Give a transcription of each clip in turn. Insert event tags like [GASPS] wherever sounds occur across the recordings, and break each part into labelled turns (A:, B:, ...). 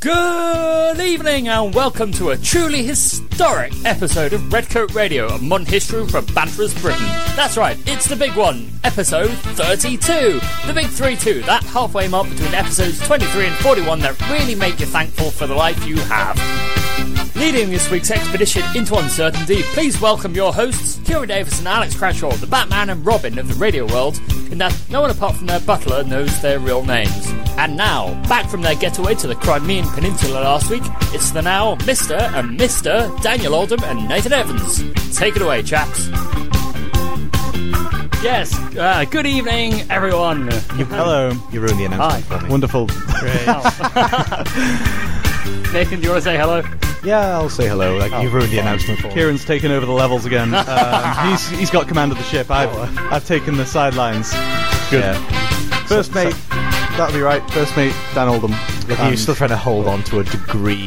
A: Good evening and welcome to a truly historic episode of Redcoat Radio, a modern history from Banterous Britain. That's right, it's the big one, episode 32. The big 3-2, that halfway mark between episodes 23 and 41 that really make you thankful for the life you have. Leading this week's expedition into uncertainty, please welcome your hosts, Kira Davis and Alex Crashaw, the Batman and Robin of the radio world, in that no one apart from their butler knows their real names. And now, back from their getaway to the Crimean Peninsula last week, it's the now Mr. and Mr. Daniel Oldham and Nathan Evans. Take it away, chaps. Yes, uh, good evening, everyone.
B: Hello. You ruined the announcement
A: Hi.
B: for me. Wonderful.
A: Nathan, do you want to say hello?
B: Yeah, I'll say hello. Like you've ruined the announcement for me.
C: Oh. Kieran's taken over the levels
B: [LAUGHS]
C: again. Um, he's he's got command of the ship. I've
B: Oh.
C: I've taken the sidelines.
B: Good.
C: First mate, that'll be right. First mate, Dan Oldham.
B: Look, you're still trying to hold on to a degree.
C: [LAUGHS]
B: [LAUGHS]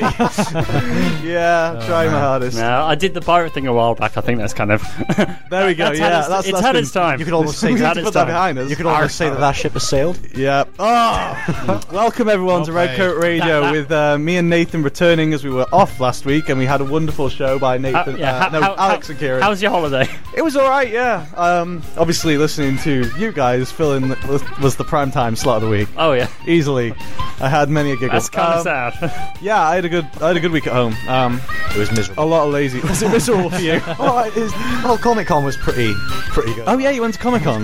C: Yeah,
B: Oh,
C: trying my hardest.
A: No, Uh, I did the pirate thing a while back. I think that's kind of.
C: [LAUGHS] There we go.
A: That's had [LAUGHS]
C: yeah,
A: its-
C: that's
A: it's
C: that's
A: had
C: been-
A: its time.
C: You
A: [LAUGHS]
C: could almost say
A: It's
C: that.
A: had
C: Put
A: its
C: that
A: time.
C: behind us.
B: you could almost say that that ship has sailed.
C: Yeah. Oh! [LAUGHS] Welcome everyone to
D: Well
C: Redcoat Radio
A: That- that-
C: with uh, me and Nathan returning as we were off last week, and we had a wonderful show by
A: How-
C: Nathan.
A: yeah,
C: uh,
A: how-
C: no,
A: how-
C: Alex
A: how-
C: and Kieran.
A: How's your
C: [LAUGHS]
A: holiday?
C: It was all right, yeah. Um, obviously, listening to you guys fill in was, was the prime time slot of the week.
A: Oh yeah,
C: Easily, I had many a giggle.
A: that's kind of
C: Um, [LAUGHS]
A: sad.
C: Yeah, I had a good, I had a good week at home. Um,
B: It was
C: a
B: miserable.
C: lot of lazy. [LAUGHS] Was it miserable for you?
B: Oh, it is- well, Comic Con was pretty, pretty good.
C: Oh yeah, you went to Comic Con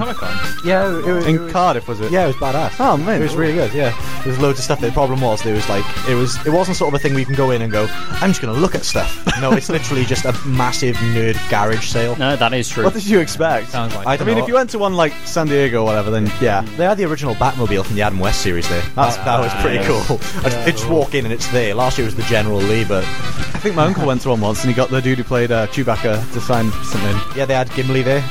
B: yeah, it, was.
C: in Cardiff, was it?
B: yeah, it was badass.
C: Oh man,
B: It was really good, yeah. There was loads of stuff. The problem was there was like it was it wasn't sort of a thing where you can go in and go, I'm just gonna look at stuff. No, it's literally just a massive nerd garage sale.
A: No, that is true.
C: What did you expect? Sounds
B: like-
C: I, mean, if you went to one like San Diego or whatever, then yeah.
B: They had the original Batmobile from the Adam West series there. That's, that was pretty
C: yes.
B: cool. I just, I just walk in and it's there. Last year was the General Lee, but
C: I think my uncle went to one once, and he got the dude who played uh, Chewbacca to sign something.
B: yeah, they had Gimli there.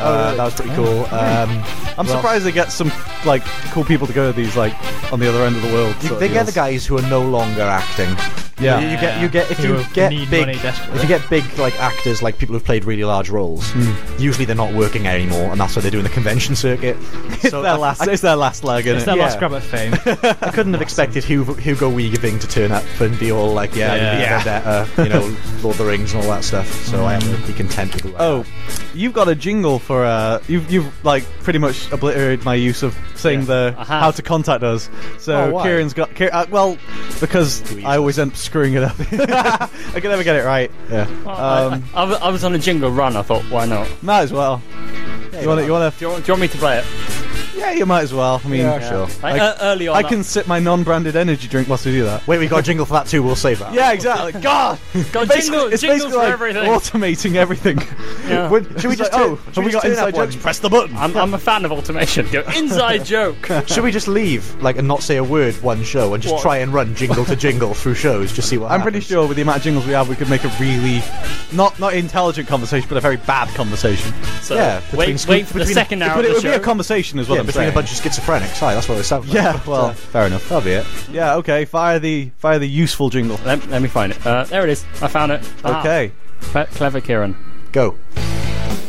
B: uh,
C: really?
B: That was pretty cool. Um,
C: I'm
B: well,
C: surprised they get some like cool people to go to these like on the other end of the world.
B: You,
C: sort
B: they
C: of
B: get the
C: deals.
B: guys who are no longer acting.
C: Yeah.
B: You, you get you get if
D: Who
B: you get
D: need
B: big
D: money desperately.
B: if you get big like actors like people who've played really large roles. Usually they're not working anymore, and that's why they're doing the convention circuit.
C: It's
B: So
C: their
B: I-
C: last.
B: I,
C: it's their last leg. Isn't
D: It's
C: it?
D: their last
B: Yeah.
D: grab at
A: [LAUGHS]
D: fame.
B: I couldn't have expected Hugo, Hugo Weaving to turn up and be all like, yeah,
D: Yeah.
B: yeah. Vendetta, you know, Lord of the Rings and all that stuff. So I have to be content with who I am.
C: Oh, you've got a jingle for uh, you've you've like pretty much obliterated my use of saying the
A: I have.
C: how to contact us.
B: Oh,
C: So
B: why?
C: Kieran's got Kier, uh, well because
B: Too
C: I always end up screwing it up. [LAUGHS] I can never get it right.
B: yeah.
C: Um,
A: I, I was on a jingle run. I thought, why not?
C: might as well. you want to? You want
A: Do you, want, do you want me to play it?
C: to? Yeah, you might as well. I mean,
B: Yeah, sure.
A: Like,
C: I,
A: uh, early on,
C: I can sip my non-branded energy drink whilst we do that.
B: Wait, we got a jingle for that too. We'll save that.
C: Yeah, exactly. God,
A: God,
C: Basically-
A: jingle,
C: it's
A: jingles
C: basically
A: for
C: like
A: everything.
C: automating everything.
A: Yeah.
C: When-
B: Should we
C: it's
B: just?
C: like,
B: turn-
C: oh,
B: should
C: have we
B: just
C: got
B: turn
C: inside
B: up one?
C: jokes?
B: Press the button.
A: I'm, I'm a fan of automation.
C: [LAUGHS]
A: Go inside joke.
B: Should we just leave, like, and not say a word one show and just
A: What?
B: try and run jingle to jingle through shows, just see what
C: I'm pretty
B: happens?
C: sure with the amount of jingles we have, we could make a really not not intelligent conversation, but a very bad conversation.
A: So
B: Yeah, between
A: wait,
B: scoop-
A: wait for the
B: between-
A: second hour
C: but [LAUGHS] it
A: of
C: would
A: the
C: be
A: show.
C: a conversation, is what
B: Yeah,
C: I'm
B: between
C: saying.
B: a bunch of schizophrenics. Hi, that's what it sounds like.
C: Yeah,
B: But,
C: well,
B: uh, fair enough. That'll be it.
C: yeah, okay. Fire the fire the useful jingle.
A: let, let me find it. Uh, there it is. I found it. Ah,
C: Okay.
A: cle- clever, Kieran.
B: Go.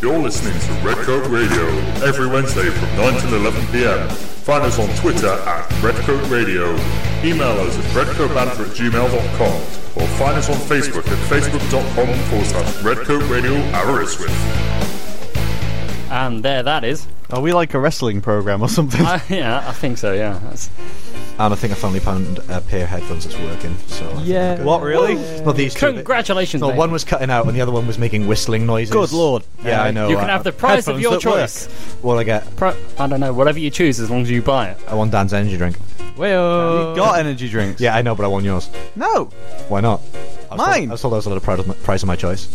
E: You're listening to Redcoat Radio every Wednesday from 9 till 11 pm. Find us on Twitter at Redcoat Radio. Email us at redcoatbanter at gmail.com or find us on Facebook at facebook.com forward slash Redcoat Radio Aberystwyth.
A: And there, that is.
C: Are Oh, we like a wrestling program or something?
A: Uh, yeah, I [LAUGHS] think so. Yeah, that's,
B: And I think I finally found a pair of headphones that's working. So I think
A: Yeah.
B: we're good.
C: what really?
B: Not these two.
A: congratulations.
B: No,
A: mate.
B: one was cutting out and the other one was making whistling
C: [LAUGHS]
B: noises.
C: Good lord.
B: Yeah, I know.
A: you can
B: I-
A: have the prize of
C: headphones
A: your
C: that work.
A: choice.
B: What I get?
A: Pro- I don't know. Whatever you choose, as long as you buy it.
B: I want Dan's energy drink.
A: Well,
C: Got energy drinks?
B: Yeah, I know, but I want yours.
C: No.
B: Why not? I
C: Mine.
B: was Told, I was told I was a little proud of my, price of my choice.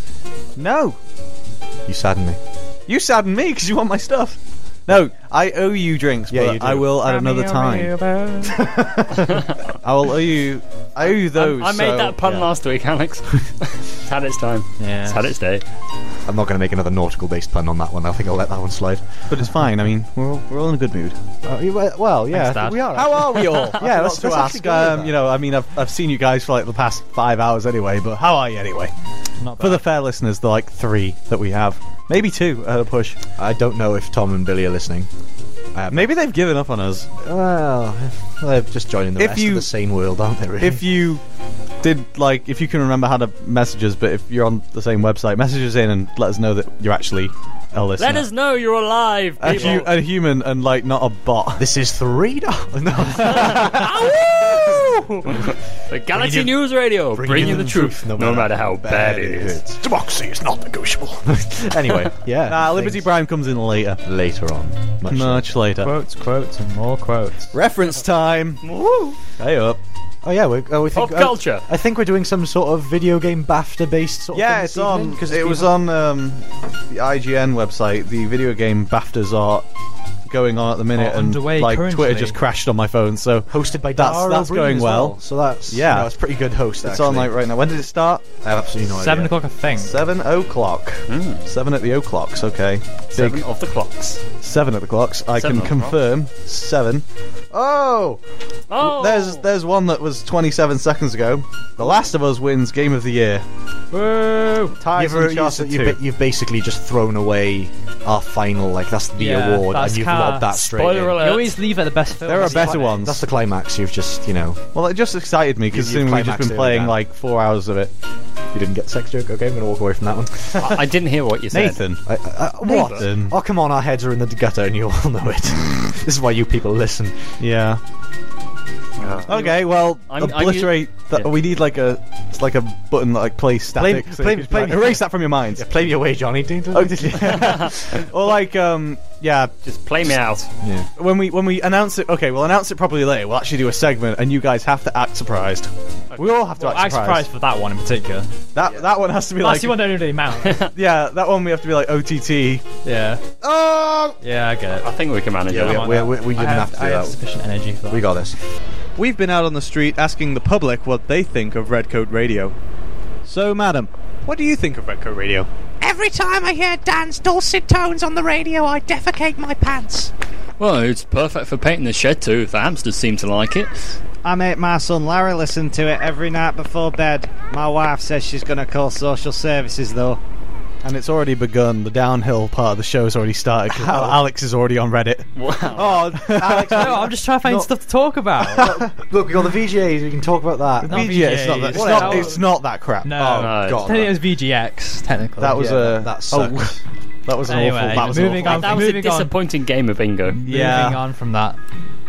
C: No.
B: You sadden me.
C: You sadden me because you want my stuff. No, I owe you drinks,
B: Yeah,
C: but
B: you do.
C: I will at another time.
B: [LAUGHS]
C: I will owe you. I owe you those.
A: I made
C: so-
A: that pun
B: yeah.
A: last week, Alex. it's had its time.
B: Yeah.
A: It's had its day.
B: I'm not going to make another nautical-based pun on that one. I think I'll let that one slide.
C: but it's fine. I mean, we're all, we're all in a good mood.
B: Uh, you- well, yeah,
D: Dad.
B: we are.
C: How are we all? [LAUGHS] yeah, that's
B: Lots
C: to
B: to actually
C: ask.
B: go with
C: Um,
B: that.
C: you know, I mean, I've, I've seen you guys for like the past five hours anyway, but how are you anyway? For the fair listeners, the like three that we have, maybe two at a push.
B: I don't know if Tom and Billy are listening. I have-
C: Maybe they've given up on us.
B: Well, they're just joining the
C: If
B: rest
C: you-
B: of the same world, aren't they? Really?
C: If you did, like, if you can remember how to message us, but if you're on the same website, message us in and let us know that you're actually a listener.
A: Let us know you're alive,
C: a,
A: people.
C: hu- a human and like not a bot.
B: this is three
C: [LAUGHS]
B: dollars. No,
A: the Galaxy News Radio, [LAUGHS] bringing, you the truth, no, matter, how bad it is.
B: hurts. Democracy is not negotiable. [LAUGHS] anyway, yeah.
C: Nah, Ah, Liberty
B: things-
C: Prime comes in later.
B: later on. Much later.
C: Much later.
F: Quotes, quotes, and more quotes.
C: Reference time. Hey up.
B: Oh yeah, we're, oh, we think,
A: Pop culture.
B: I, I think we're doing some sort of video game BAFTA based sort of.
C: Yeah,
B: thing
C: it's
B: this
C: on
B: evening,
C: because it was on um, the IGN website. The video game Baftas are going on at the minute,
F: Are
C: and
F: underway
C: like Twitter
F: currently.
C: just crashed on my phone. So
B: hosted by
C: That's-
B: Dara
C: that's
B: O'Brien
C: going
B: as
C: well.
B: So that's
C: Yeah.
B: yeah, that's pretty good host.
C: it's
B: actually.
C: on like right now. When did it start?
B: I have absolutely no
F: Seven
B: idea.
F: o'clock, I think.
C: Seven o'clock.
B: Hmm.
C: Seven at the o'clocks. Okay.
A: Seven off the clocks.
C: Seven at the clocks. I
A: Seven
C: can
A: at the clocks.
C: confirm. Seven. Oh,
A: Oh,
C: there's there's one that was 27 seconds ago. The Last of Us wins Game of the Year.
F: Woo!
C: Ties
B: You've,
C: Uncharted
B: you've, you've,
C: 2.
B: ba- you've basically just thrown away our final, like that's the
F: Yeah,
B: award,
F: that's
B: and you've
F: ca-
B: lobbed that straight.
A: spoiler
B: in.
A: alert.
F: You always leave at the best film.
C: There are better ones.
B: That's the climax. You've just, you know,
C: Well, it just excited me because
B: You- you've
C: we've just been
B: climaxed it
C: playing
B: now.
C: like four hours of it.
B: you didn't get the sex joke. Okay, I'm gonna walk away from that one.
A: [LAUGHS] I I didn't hear what you said.
C: Nathan.
B: I, I, I- what?
C: Nathan.
B: Oh, come on, our heads are in the gutter, and you all [LAUGHS] know it. this is why you people listen.
C: Yeah. Okay, well,
A: I'm- I'm
C: obliterate. that,
A: Yeah.
C: We need like a, it's like a button that like plays
B: Blame-
C: static.
B: blame-
C: you can,
B: blame-
C: like, erase that from your mind.
B: Yeah, play me away, Johnny.
C: Oh,
F: [LAUGHS]
C: did you? or like, um, yeah,
A: Just play me out.
B: yeah.
C: when we when we announce it. Okay, we'll announce it properly later. We'll actually do a segment, and you guys have to act surprised. We all have to
F: Well, I'm
C: act surprised.
F: surprised for that one in particular.
C: That that one has to be
F: That's
C: like,
F: the one that really matters.
C: yeah, that one we have to be like OTT.
F: [LAUGHS] yeah.
C: Oh,
F: Yeah, I get it.
A: I think we can manage
B: Yeah,
A: it.
B: we-
F: on
B: we,
F: that.
B: we, we didn't
F: I
B: have,
F: have,
B: to do
F: I have
B: that.
F: sufficient energy for that.
B: We got this.
C: We've been out on the street asking the public what they think of Redcoat Radio. So, madam, what do you think of Redcoat Radio?
G: Every time I hear Dan's dulcet tones on the radio, I defecate my pants.
A: Well, it's perfect for painting the shed too. The hamsters seem to like it.
H: I make my son Larry listen to it every night before bed. My wife says she's going to call social services though.
C: And it's already begun. The downhill part of the show's already started. 'cause Alex is already on Reddit.
A: Wow.
C: Oh, Alex,
F: No, I'm just trying to find stuff to talk about.
B: Look, we got the VGAs. We can talk about that.
F: No,
C: yeah, it's not that. It's not,
F: No.
C: it's not that crap.
F: No.
C: Oh,
A: No, it's
C: God.
F: I think it was VGX, technically.
C: That was
B: Yeah,
C: a
B: that
C: oh,
B: sucks.
C: that was an
F: Anyway,
C: awful. That was an
F: moving
C: awful.
F: on.
A: That was a
F: Moving on.
A: disappointing game of bingo.
C: Yeah.
F: Moving on from that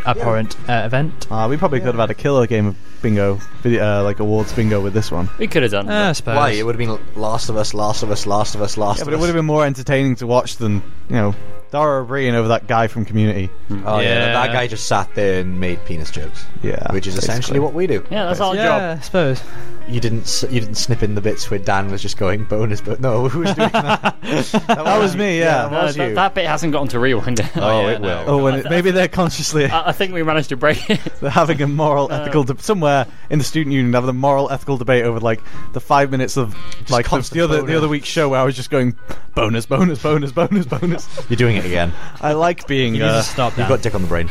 F: abhorrent uh, event.
C: Ah, we probably could have had a killer game of bingo, video, uh, like awards bingo, with this one.
A: We could have done.
F: Uh, I suppose.
B: Why? It would have been Last of Us, Last of Us, Last of Us, Last
C: Yeah,
B: of
C: but it
B: Us.
C: would have been more entertaining to watch than you know Dara O'Brien over that guy from Community.
B: Oh yeah.
F: Yeah.
B: that guy just sat there and made penis jokes.
C: Yeah,
B: which is essentially
C: basically.
B: what we do.
A: yeah, that's our
F: Yeah, I suppose.
B: You didn't s- you didn't snip in the bits where Dan was just going bonus, but no, [LAUGHS] who was doing that? that,
C: That was me. Yeah.
A: job. No,
B: was
A: that,
B: you.
A: that bit hasn't gotten to rewind.
B: [LAUGHS] Oh,
F: yeah,
B: it
F: no.
B: will.
C: Oh, and it, maybe they're [LAUGHS] consciously
A: I I think we managed to break
B: [LAUGHS]
A: it.
C: they're having a moral, ethical de- somewhere in the student union having a moral, ethical debate over like the five minutes of like the,
B: constant
C: the other the
B: bonus.
C: other week's show where I was just going bonus, bonus, bonus, bonus, bonus.
B: You're doing it again.
C: I like being.
F: You need
C: Uh,
F: to stop
B: You've
F: that.
B: got dick on the brain.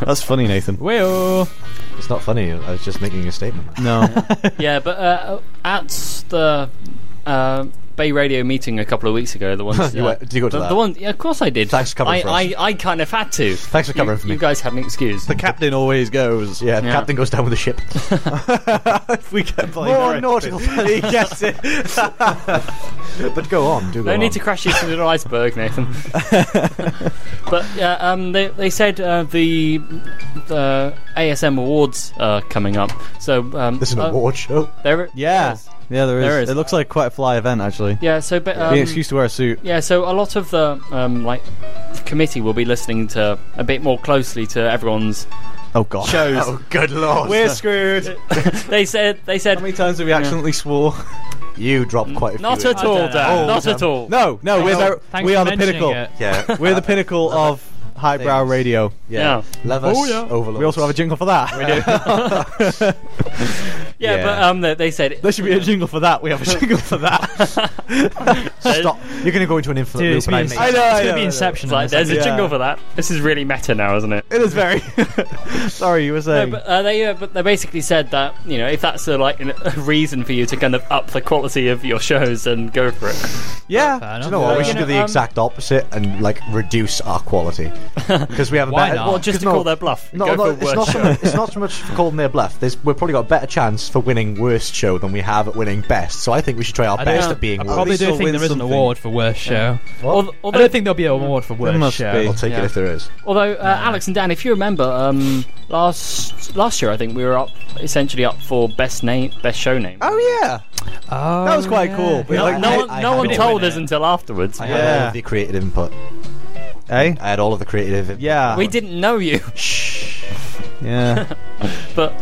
C: that's funny, Nathan.
F: Well,
B: It's not funny. I was just making a statement.
C: No,
A: yeah, but uh, at the uh, Bay Radio meeting a couple of weeks ago, the one
B: [LAUGHS] You went- did you go to
A: the,
B: that?
A: the one, yeah, of course I did.
B: Thanks for covering
A: I,
B: for
A: I,
B: us.
A: I kind of had to.
B: Thanks for covering
A: you,
B: for me.
A: You guys had an excuse.
C: the captain always goes.
B: Yeah, the
A: Yeah.
B: captain goes down with the ship.
C: if we kept playing.
B: [LAUGHS] More
C: Reddit.
B: [LAUGHS] nautical.
C: he gets it.
B: but go on. Do go
A: no
B: on.
A: need to crash into an iceberg,
B: [LAUGHS]
A: Nathan. but yeah, um, they they said uh, the the ASM awards are coming up. So um,
B: This is an
A: uh,
B: award show.
A: There,
C: Yeah,
A: yes.
C: yeah, there is.
A: There is.
C: It looks like quite a fly event actually.
A: yeah. So, but um,
C: the excuse to wear a suit.
A: Yeah, so a lot of the um, like committee will be listening to a bit more closely to everyone's.
C: Oh god.
B: Oh, good lord!
C: We're screwed.
A: They said they
C: How
A: said
C: many times have we accidentally swore?
B: you dropped quite a few.
A: not
B: in.
A: at all, Dan, not at all.
C: [LAUGHS] Oh,
A: [LAUGHS]
C: No, no, we're
F: well,
C: the,
F: Oh, thanks
C: we
F: for
C: are the
F: mentioning
C: pinnacle.
F: it.
C: [LAUGHS]
B: Yeah,
C: We're the pinnacle of highbrow
B: things.
C: radio.
A: Yeah.
B: Love us.
A: Oh, yeah.
C: [LAUGHS]
B: Overlords.
C: We also have a jingle for that. We do.
A: Yeah,
C: Yeah.
A: but um, they, they said [LAUGHS]
C: There should be a jingle for that. We have a jingle for that.
B: Stop. You're going to go into an infinite
F: Dude,
B: loop
F: it's
B: and I
F: gonna be,
B: make
C: I know, I
F: it's
C: know,
F: gonna
C: I
F: be
C: know.
F: Inception.
A: It's like
F: in a
A: there's a
F: second.
C: Yeah.
A: jingle for that. This is really meta now, isn't it?
C: [LAUGHS] it is very. [LAUGHS] Sorry, you were
A: No,
C: saying.
A: but uh, they uh, but they basically said that you know if that's a, like an- a reason for you to kind of up the quality of your shows and go for it.
F: Fair
C: yeah.
F: enough.
B: You know what? We
A: Yeah.
B: should do the
A: Um,
B: exact opposite and like reduce our quality because we have a
F: Why
B: better.
F: not?
B: well,
F: Just
A: Just
B: 'cause
A: to
B: no,
A: call their bluff. and
B: No,
A: go
B: no,
A: for
B: it's
A: worst
B: not, so
A: show.
B: much, it's not so much for calling their bluff. There's, we've probably got a better chance for winning worst show than we have at winning best. So I think we should try our
F: I don't
B: best
A: know.
B: at being
F: I
B: worst.
F: probably
C: least
F: do
C: you'll
F: think
C: win
F: there is an
C: something.
F: award for worst show.
A: Al-
F: I
A: Although,
F: don't think there'll be an award for worst
C: must
F: show.
B: I'll take
A: Yeah.
B: it if there is.
A: although uh, Alex and Dan, if you remember, um, last last year I think we were up essentially up for best name, best show name.
C: Oh yeah,
F: Oh,
C: that was quite cool.
A: no,
B: I-
A: no
B: I-
A: one,
B: I
A: no
B: had
A: one
B: it.
A: told us until afterwards.
B: I
A: Yeah.
B: had all
C: Yeah.
B: of the creative input.
C: Eh?
B: I had all of the creative. Input.
C: Yeah.
A: We didn't know you, [LAUGHS]
C: Yeah.
A: but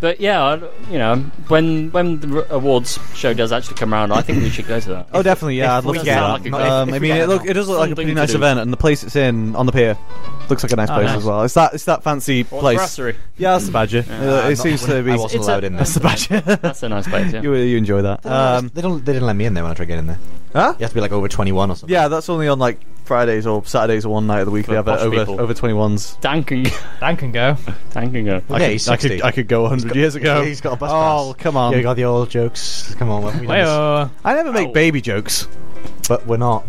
A: but yeah, I- you know when when the r- awards show does actually come around, I think we should go to that.
C: Oh, definitely. Yeah, I'd
A: we
C: love to do
A: get-
C: that.
A: Sound like a-
C: um,
B: if-
C: I
B: if
C: mean,
B: we
C: it
B: get
C: look it does look like a
A: something
C: pretty
A: to
C: nice
A: do.
C: event, and the place it's in on the pier looks like a nice
F: Oh,
C: place
F: nice.
C: as well. It's that it's that fancy place.
A: brasserie.
C: Yeah, that's the badger. Uh,
B: I'm
C: it
B: not
C: seems
B: winning.
C: to be.
B: I wasn't
A: It's a-
B: allowed in there.
C: That's [LAUGHS] the
A: [LAUGHS]
C: badger.
A: That's a nice place. Yeah.
C: you you enjoy that? Um,
B: they don't. They didn't let me in there when I tried to get in there.
C: huh?
B: You have to be like over 21 or something.
C: Yeah, that's only on like Fridays or Saturdays or one night of the week.
A: For
C: They have it
A: posh
C: over
A: people.
C: over twenty ones.
A: Dan can go. [LAUGHS]
F: Dan can go.
A: Dan can go.
B: Okay, he's 60.
C: could go hundred years ago.
B: he's got a bus
C: Oh
B: pass.
C: come on!
B: yeah, you got Oh. the old jokes. Come on, we've done this.
F: Heyo.
C: I never make
A: Ow.
C: baby jokes.
B: but
C: [LAUGHS]
B: we're not.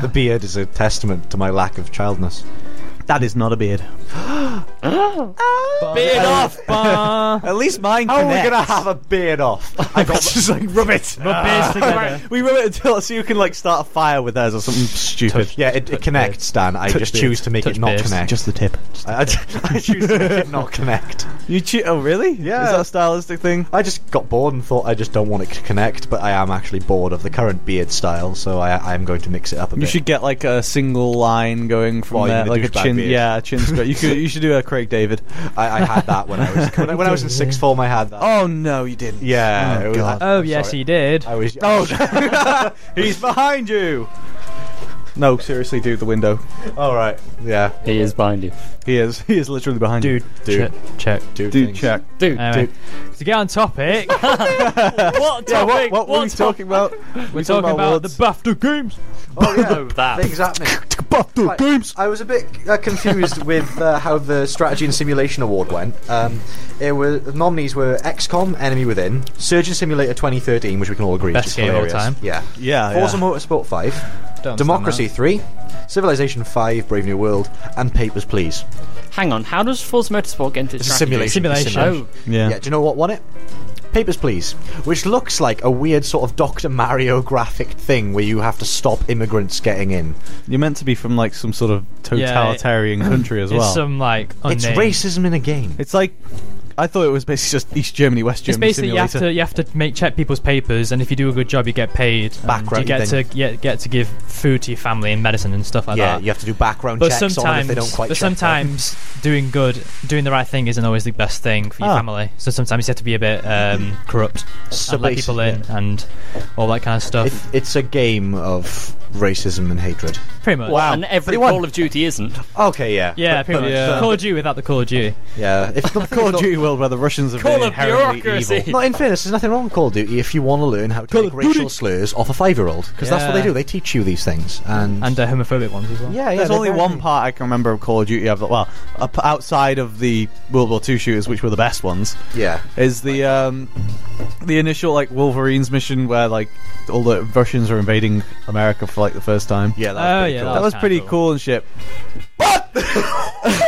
B: The beard is a testament to my lack of childness.
C: That is not a beard.
A: Beard off.
C: At least mine.
B: How are we
C: connects.
B: Oh, gonna have a beard off? [LAUGHS] I got
C: just like rub it.
B: [LAUGHS]
F: Rub beers
B: Ah. Oh,
F: together.
C: We rub it until so you can like start a fire with theirs or something stupid.
B: yeah, it, it connects, Dan. I just
C: beard.
B: choose to make
F: Touch
B: it not
F: beard.
B: connect.
C: Just the tip.
B: [LAUGHS] I, I choose to make it not connect.
C: You che- Oh really? Yeah. Is that a stylistic thing?
B: I just got bored and thought I just don't want it to connect, but I am actually bored of the current beard style, so I, I am going to mix it up a
C: You
B: bit.
C: should get like a single line going from
B: Oh, you
C: there,
B: mean the
C: like a
B: douchebag
C: chin.
B: beard.
C: Yeah, a chin spread. You could. You should do a Craig David.
B: I, I had that when I was when I, when I was in sixth form. I had that.
C: Oh no, you didn't.
B: yeah.
C: Oh,
B: it was-
C: God.
F: Oh yes, he did.
B: I was.
C: Oh, [LAUGHS] he's behind you. No, seriously, dude, the window.
B: [LAUGHS] all right. Yeah,
A: He is behind you,
C: He is. He is literally behind you.
B: dude,
F: Check.
B: dude,
C: Dude,
B: things.
C: check.
A: dude.
F: Anyway, to get on topic,
B: [LAUGHS]
A: What topic?
F: Oh,
C: Yeah, what, what were we
A: top-
C: talking
F: [LAUGHS]
C: about?
F: we're talking about the BAFTA games.
B: Oh
A: Oh,
C: [LAUGHS]
B: yeah,
A: that.
B: things happening.
C: Buffalo
B: Right,
C: games.
B: I was a bit uh,
F: [LAUGHS]
B: confused with uh, how the strategy and simulation award went. Um, it was the nominees were XCOM, Enemy Within, Surgeon Simulator 2013, which we can all agree
F: Best
B: is just
F: game of all
B: hilarious.
F: time. Oh,
B: Yeah,
C: Yeah,
B: Forza
C: yeah.
B: Motorsport 5, Democracy 3, Civilization 5, Brave New World, and Papers Please.
A: Hang on. How does Force Motorsport get into
B: It's a
A: strategy?
B: simulation.
F: Simulation.
A: Oh,
C: Yeah.
B: Yeah. Do you know what won it? Papers, please. Which looks like a weird sort of Doctor Mario graphic thing where you have to stop immigrants getting in.
C: You're meant to be from like some sort of totalitarian country as
F: It's
C: well.
F: some like
B: It's
F: unnamed-
B: racism in a game.
C: It's like I thought it was basically just East Germany, West
F: It's
C: Germany.
F: basically you have to
C: simulator.
F: you have to make check people's papers, and if you do a good job, you get paid. and
B: Background,
F: You get
B: then-
F: to get, get to give food to your family and medicine and stuff like
B: yeah,
F: that.
B: you have to do background
F: Uh, But
B: checks on them if
F: sometimes,
B: they don't quite
F: but
B: check them.
F: sometimes doing good, doing the right thing isn't always the best thing for your
C: Ah.
F: family. So sometimes you have to be a bit um, corrupt
B: So
F: and let people in and all that kind of stuff.
B: It, it's a game of racism and hatred.
F: pretty much.
A: Oh, And every
B: But it won.
A: Call of Duty isn't.
B: Okay, yeah. uh,
F: Yeah, pretty much.
C: yeah.
F: Call of Duty without the Call of Duty.
B: Yeah. [LAUGHS] If not,
C: Call
B: if
C: of
B: not-
C: Duty world where the Russians have
A: Call
C: been
A: of
C: inherently
A: bureaucracy. [LAUGHS]
C: evil.
B: Not in fairness, there's nothing wrong with Call of Duty if you want to learn how to
C: Call
B: take
C: of
B: racial
C: Duty.
B: slurs off a five year old, because that's what
F: Yeah.
B: they do. They teach you these things. And,
F: And uh, homophobic ones as well.
B: yeah, yeah.
C: There's
B: they're
C: only
B: very-
C: one part I can remember of Call of Duty. I've, well, up outside of the World War II shooters, which were the best ones,
B: Yeah.
C: is the um, the initial like Wolverine's mission where like all the Russians are invading America for like the first time.
B: Yeah, that
F: Oh
B: was pretty
F: yeah,
B: cool.
C: that was
F: kinda
C: pretty cool. and shit. [LAUGHS] But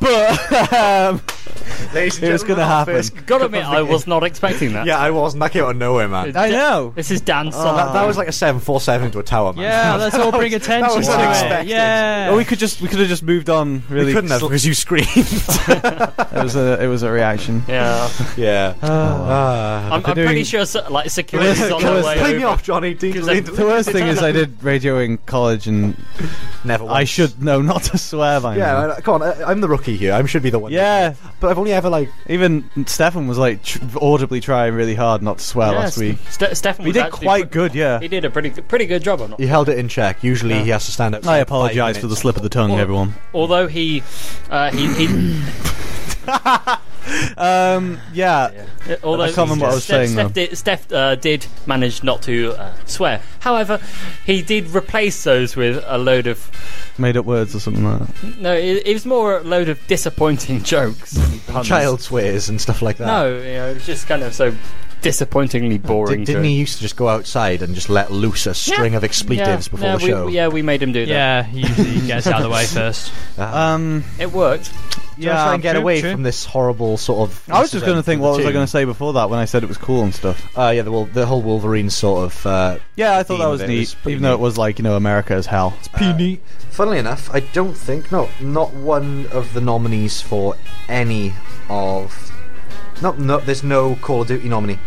C: but um,
B: Ladies and
C: it was
B: gentlemen,
C: gonna
B: our
C: happen.
B: first
A: Gotta admit, I was not expecting that.
B: Yeah, I was, and that came out of nowhere, man.
A: It-
C: I know. Oh.
A: This is Dan's song.
B: that, that was like a 747 into a tower, man.
F: Yeah, let's all bring attention
B: was
F: to it.
B: unexpected.
F: Yeah.
C: Well, we could just we could have just moved on. Really,
B: We couldn't have
C: Sl-
B: because you screamed.
C: It was a it was a reaction. [LAUGHS]
A: yeah.
B: [LAUGHS] yeah.
C: Uh,
B: Ah.
A: I'm, I'm
C: doing-
A: pretty sure so, like
C: [LAUGHS]
A: security's on
C: Call
A: the
C: of-
A: way.
B: Clean me
A: over.
B: off, Johnny. Dean,
A: Because I-
B: Dean,
C: The
B: Dean.
C: worst thing is I did radio in college and
B: Never.
C: I
B: once.
C: should know not to swear by
B: Yeah,
C: now.
B: I- come on. I, I'm the rookie here. I should be the one.
C: Yeah,
B: but I've only ever like
C: even Stefan was like tr- audibly trying really hard not to swear
A: Yes,
C: last week.
A: Ste- Stefan
C: We
A: was
C: did
A: actually pre-
C: quite good, yeah.
A: He did a pretty good- pretty good job on it.
B: he held it in check. Usually he has to stand up.
C: I apologise for the slip of the tongue,
A: Well-
C: [CLEARS THROAT] everyone.
A: uh, Although he, uh, he, he
C: Um, yeah.
A: Although
C: I can't remember what I was
A: Steph,
C: saying,
A: Steph,
C: though.
A: did, Steph uh, did manage not to uh, swear. However, he did replace those with a load of
C: Made up words or something like that.
A: no. It, it was more a load of disappointing [LAUGHS] jokes.
C: Puns.
B: Child swears and stuff like that.
A: No, you know, it was just kind of so disappointingly boring.
B: Did, not
A: to-
B: he used to just go outside and just let loose a string of expletives
A: Yeah,
B: before
A: yeah,
B: the
A: we-
B: show?
A: yeah, we made him do that.
F: Yeah, he usually gets out of the way first.
B: Ah.
C: Um,
A: It worked.
B: yeah,
C: yeah.
B: try and get
F: true,
B: away
F: true.
B: from this horrible sort of.
C: I was just going to think, what was I going to
B: to
C: say before that when I said it was cool and stuff?
B: Uh, yeah, the, wol- the whole Wolverine sort of. Uh,
C: Yeah, I thought that
B: Theme
C: was
B: of it
C: neat,
B: was pretty
C: even though it
B: neat.
C: was like you know America as hell. It's pretty neat.
B: funnily enough, I don't think no, not one of the nominees for any of. No, no, there's no Call of Duty nominee.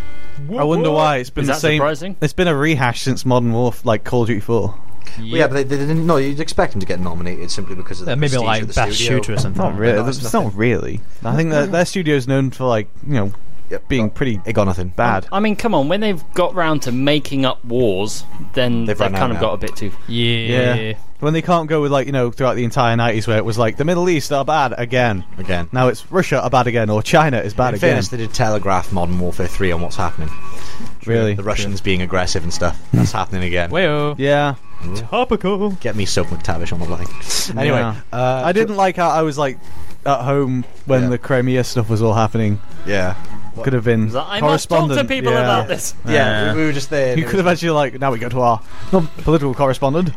C: I wonder why it's been
A: Is
C: the
A: that
C: same.
A: surprising?
C: It's been a rehash since Modern Warfare, like Call of Duty Four.
B: Well, yeah, but they, they didn't. No, you'd expect them to get nominated simply because of the
F: Uh, maybe
B: prestige
F: like
B: of the
F: best
B: studio.
F: shooter or something.
C: Not really.
B: no, it's
C: It's, not really. I think that their studio's known for like you know
B: Yep,
C: being
B: got-
C: pretty
B: It got nothing.
C: bad.
A: I mean, come on. When they've got round to making up wars, then
B: They've
A: they've,
B: run out
A: kind of
B: now.
A: got a bit too.
F: Yeah.
C: Yeah. When they can't go with like you know throughout the entire nineties where it was like the Middle East are bad again.
B: Again.
C: Now it's Russia are bad again or China is bad
B: In
C: again.
B: fairness, they did telegraph Modern Warfare 3 on what's happening.
C: really. Hmm.
B: The Russians being aggressive and stuff. That's happening again.
F: Wayo.
C: Yeah.
F: Topical.
B: Get me Soap McTavish on the line. Anyway,
C: Yeah.
B: uh,
C: I didn't like how I was like at home when
B: Yeah.
C: the Crimea stuff was all happening.
B: Yeah.
C: Could have been
A: I must talk
C: correspondent.
A: to people
C: Yeah.
A: about this. [LAUGHS]
B: Yeah, we, we were just there. and
C: You
B: it
C: could
B: was-
C: have actually like now we go to our non-political correspondent.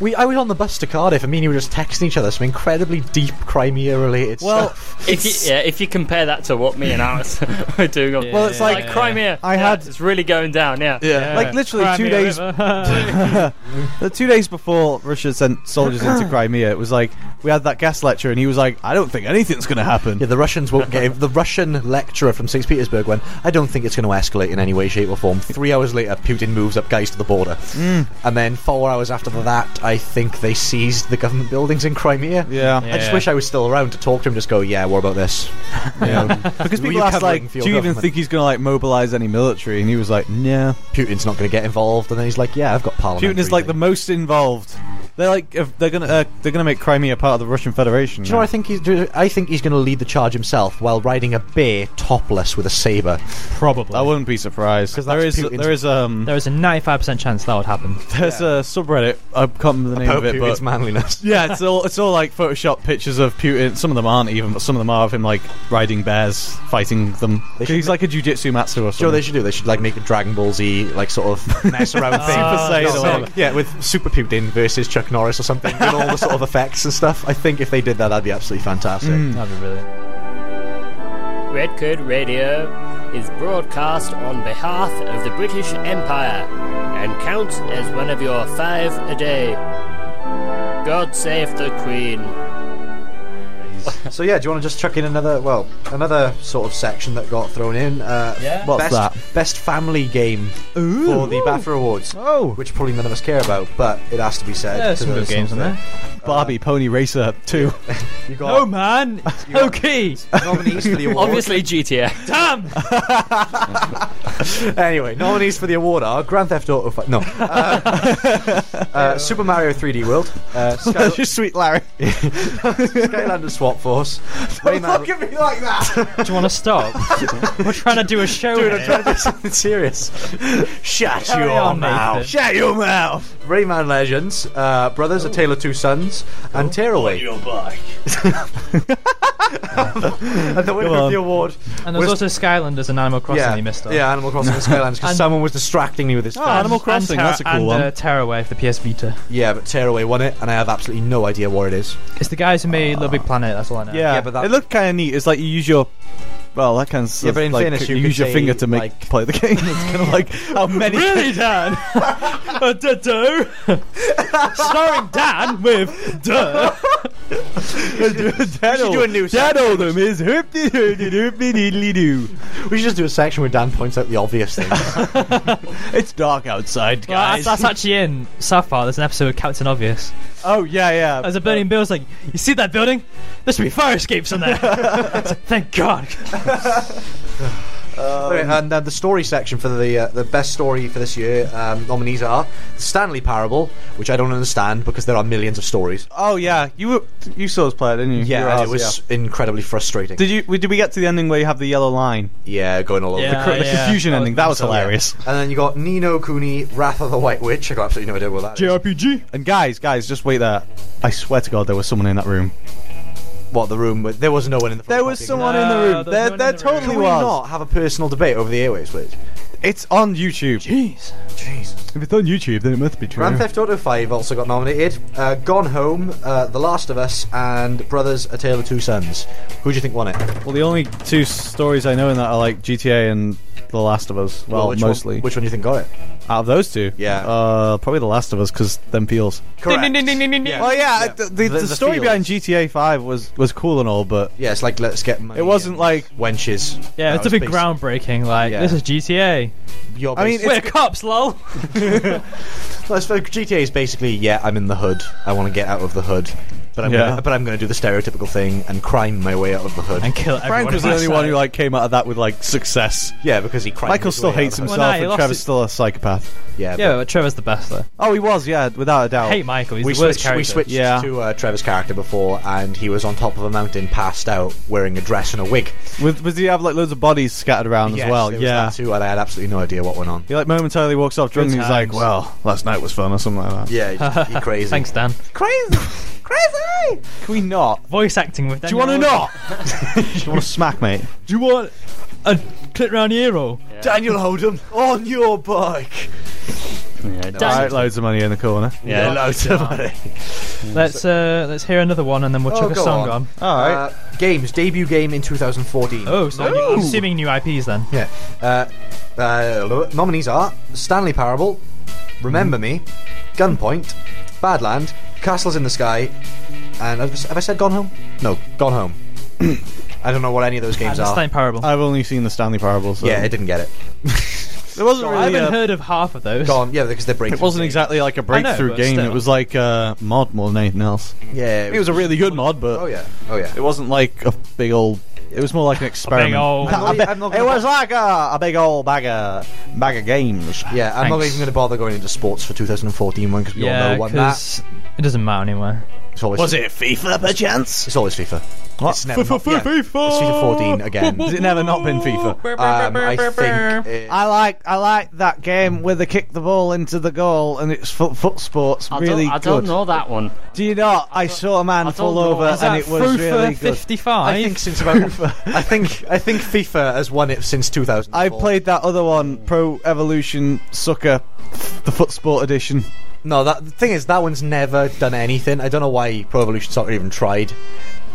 B: we, I was on the bus to Cardiff, and me and you were just texting each other some incredibly deep Crimea-related
C: Well,
B: stuff.
A: If you, yeah, if you compare that to what me and Alice [LAUGHS] are doing, on,
F: Well, it's
A: like,
F: like-
A: Crimea.
C: I
A: yeah,
C: had-
A: it's really going down. Yeah,
B: Yeah.
C: Like literally two days,
F: days.
C: the two days before Russia sent soldiers into
B: [COUGHS]
C: Crimea, it was like we had that gas lecture, and he was like, "I don't think anything's going to happen."
B: Yeah, the Russians
C: [LAUGHS]
B: won't get the Russian lecturer from St. Petersburg went, I don't think it's going to escalate in any way, shape, or form. Three hours later, Putin moves up guys to the border.
C: Mm.
B: And then four hours after that, I think they seized the government buildings in Crimea.
C: Yeah.
B: I just wish I was still around to talk to him, just go, yeah, what
C: [LAUGHS]
B: about this?
C: because
B: Were
C: people
B: you
C: asked
B: covering
C: like, "Do
B: for your
C: you even
B: government?"
C: think he's going to like mobilize any military?" And he was like, "No."
B: Putin's not going to get involved. And then he's like, yeah, I've got parliament.
C: Putin is like the most involved. They're like, if they're gonna uh, they're gonna make Crimea part of the Russian Federation.
B: Do you know what I think he's doing? I think he's going to lead the charge himself while riding a bear topless with a saber.
F: Probably.
C: I wouldn't be surprised because there is
B: that's Putin's-
C: there is um
F: [LAUGHS] there is a 95% chance that would happen. [LAUGHS]
C: there's a subreddit I can't remember the name
B: About
C: of it,
B: Putin's
C: but
B: manliness.
C: yeah, it's all it's all like Photoshop pictures of Putin. Some of them aren't even, but some of them are of him like riding bears, fighting them. 'Cause
B: should
C: He's like a jujitsu matsu or something.
B: Do you know what they should do? They should like make a Dragon Ball Z like sort [LAUGHS] of mess
F: [LAUGHS]
B: around thing. Ah,
F: Super
C: Saiyan
B: No,
C: or
B: no,
C: whatever.
B: like, yeah, with Super Putin versus Chuck Norris or something, with all the sort of effects and stuff. I think if they did that, that'd be absolutely fantastic.
F: That'd be brilliant.
A: Red Code Radio is broadcast on behalf of the British Empire and counts as one of your five a day. God save the Queen.
B: So yeah, do you want to just chuck in another well, another sort of section that got thrown in? Uh,
A: Yeah.
C: What's
B: best,
C: that?
B: Best family game for the BAFTA Awards.
C: Oh.
B: which probably none of us care about, but it has to be said.
F: Yeah, there's some
B: because
F: good games on
B: something. [LAUGHS]
F: there.
C: Barbie Pony Racer Two. [LAUGHS]
B: You
F: Oh,
B: got
F: man! okay!
B: nominees for the
F: [LAUGHS]
B: award.
A: Obviously, [LAUGHS] GTA.
F: Damn!
B: Anyway, nominees for the award are Grand Theft Auto. Fi- no, uh,
C: [LAUGHS]
B: uh, Super Mario 3D World, uh, Sky-
C: Just sweet Larry.
B: Skylanders Swap Force, Rayman.
C: Look at me like that.
F: Do you want to stop? We're trying to do a show. here.
B: It's [LAUGHS] serious. Shut
F: Carry
B: your
F: on,
B: mouth.
F: Nathan.
C: Shut your mouth. Oh.
B: Rayman Legends, uh, Brothers: A Tale of Two Sons, and Tearaway. Your [LAUGHS] and the winner
C: Go
B: of
C: on.
B: the award.
F: And there's
B: was-
F: also Skylanders and Animal Crossing
B: yeah,
F: you missed on.
B: yeah, Animal Crossing and Skylanders
C: [LAUGHS]
B: because
F: And-
B: someone was distracting me with this.
C: Oh, Animal Crossing,
F: and Terra-
C: that's a cool
F: and,
C: one.
F: Uh, Tearaway for the PS Vita.
B: yeah, but Tearaway won it, and I have absolutely no idea what it is.
F: It's the guys who made Little Big Planet, that's all I know.
C: Yeah,
B: Yeah, but that-
C: it looked kind of neat. It's like you use your well, that kind of
B: Yeah, but in
C: like,
B: fairness,
C: you,
B: you could
C: use your
B: say,
C: finger to make
B: like-
C: play the game. [LAUGHS] It's kind
B: [LAUGHS]
C: of like how many. [LAUGHS]
F: Really, Dan?
A: [LAUGHS]
F: uh, duh, duh. Starring Dan with duh.
C: Dad
B: should do a new
C: Dad old him is hoopty hoopty hoopty diddly doo.
B: We should just do a section where Dan points out the obvious things.
C: It's dark outside,
F: Well,
C: guys.
F: that's, that's actually in South Park. There's an episode of Captain Obvious.
C: oh yeah, yeah.
F: There's a building. Bill's like, you see
C: [LAUGHS]
F: that [LAUGHS] building? There should be fire escapes on there. Thank God.
B: Anyway, and uh, the story section for the uh, the best story for this year um, nominees are the Stanley Parable, which I don't understand because there are millions of stories.
C: Oh yeah, you were, you saw us play it, didn't you? You were
B: and
C: ours,
B: it was incredibly frustrating.
C: Did you? Did we get to the ending where you have the yellow line?
B: yeah, going all over
D: Yeah,
B: the
C: The
B: place.
D: yeah.
C: confusion ending. Uh, That was hilarious.
B: And then you got Nino Cooney, Wrath of the White Witch. I got absolutely no idea what that is.
D: JRPG.
C: And guys, guys, just wait there. I swear to God, there was someone in that room.
B: What the room? With, there was no one in the.
C: There was
B: someone.
C: someone in
D: No,
C: the
D: there's
C: room. There,
D: no one
C: there
D: in the room.
C: totally
B: Can we
C: was.
B: not have a personal debate over the airwaves, please?
C: It's on YouTube.
D: Jeez.
B: Jesus.
C: If it's on YouTube, then it must be true.
B: Grand Theft Auto 5 also got nominated. Uh, Gone Home, uh, The Last of Us, and Brothers: A Tale of Two Sons. Who do you think won it?
C: Well, the only two stories I know in that are like GTA and The Last of Us. Well,
B: which
C: mostly.
B: One, which one do you think got it?
C: Out of those two,
B: Yeah.
C: uh, probably The Last of Us because them feels.
B: Correct.
C: Oh well, yeah, The, the, the
B: The- the
C: story
B: feels.
C: behind GTA Five was was cool and all, but
B: Yeah, it's like let's get money.
C: it wasn't
B: and
C: like.
B: wenches.
D: Yeah,
B: That
D: it's a
B: was
D: bit
B: based-
D: groundbreaking. Like
B: Yeah.
D: this is GTA.
B: Your
C: I mean,
B: base-
C: It's
D: We're cops, lol.
B: Well, I suppose GTA is basically yeah, I'm in the hood. I want to get out of the hood, but I'm
C: Yeah.
B: gonna, but I'm going to do the stereotypical thing and crime my way out of the hood.
D: and kill everyone.
C: Frank was the
D: in my
C: only one
D: sight.
C: who like came out of that with like success.
B: yeah, because he crimes.
C: Michael still hates himself,
D: Well, nah, he
C: and
D: lost
C: Trevor's
D: it-
C: still a psychopath.
B: Yeah,
D: Yeah, but Trevor's the best though.
C: Oh, he was, yeah, without a doubt.
D: I hate Michael. He's
B: we
D: the worst
B: switched,
D: character.
B: we switched
C: Yeah.
B: to uh, Trevor's character before, and he was on top of a mountain, passed out, wearing a dress and a wig.
C: With, was he have like loads of bodies scattered around
B: Yes,
C: as well?
B: there was
C: Yeah.
B: that too, and I had absolutely no idea what went on.
C: He like momentarily walks off drunk
D: Good
C: and he's like,
D: times.
C: "Well, last night was fun" or something like that.
B: [LAUGHS] Yeah, he's, he's crazy.
D: Thanks, Dan.
C: Crazy, crazy. Can we not?
D: Voice acting with.
C: Do you want to not? Do you want to smack, mate?
D: Do you want a clip round hero?
B: Daniel Holden on your bike.
D: Yeah,
C: All right, loads of money in the corner.
D: Yeah,
B: loads of money. [LAUGHS]
D: Let's uh, let's hear another one and then we'll
B: Oh,
D: chuck a
B: go
D: song
B: on.
D: on.
C: All right.
B: Uh, games debut game in 2014.
D: Oh, so
B: Ooh.
D: I'm assuming new IPs then.
B: Yeah. Uh, uh, nominees are Stanley Parable, Remember Me, Gunpoint, Badland, Castles in the Sky, and have I s- have I said Gone Home? No, Gone Home. [CLEARS THROAT] I don't know what any of those games
D: And the
B: are.
D: Stein Parable.
C: I've only seen the Stanley Parable. So
B: Yeah, it didn't get it.
C: It wasn't
D: I
C: really. uh,
D: haven't
C: a-
D: heard of half of those.
B: Gone. Yeah, because they're breaking.
C: it wasn't exactly like a breakthrough
D: but
C: game.
D: still.
C: It was like a mod more than anything else.
B: Yeah.
C: It was a really good mod, but
B: Oh yeah. Oh yeah.
C: it wasn't like a big old. It was more like an experiment.
D: old-
C: A
B: I'm
C: bi-
B: not- I'm not
C: it
B: gonna-
C: was like a, a big old bag of bag of games.
B: Yeah, I'm not
D: Thanks.
B: even going to bother going into sports for 2014 one because we all
D: yeah,
B: know one that.
D: because it doesn't matter anyway.
B: It's always
C: Was it FIFA perchance?
B: It's always FIFA.
C: What?
B: It's never not- yeah, it's FIFA 14 again.
C: Has it never not been FIFA?
B: Um, I think it-
C: I like I like that game where they kick the ball into the goal and it's foot, foot sports
A: I
C: really
A: don't, I
C: good.
A: don't know that one.
C: Do you not? I, saw a man fall
A: know.
C: over
A: Is
C: and it was really good.
D: 55.
B: I
C: [LAUGHS]
B: think since about I think I think FIFA has won it since 2000.
C: I played that other one, Pro Evolution Soccer, the Foot Sport edition.
B: No, that the thing is that one's never done anything. I don't know why Pro Evolution Soccer even tried.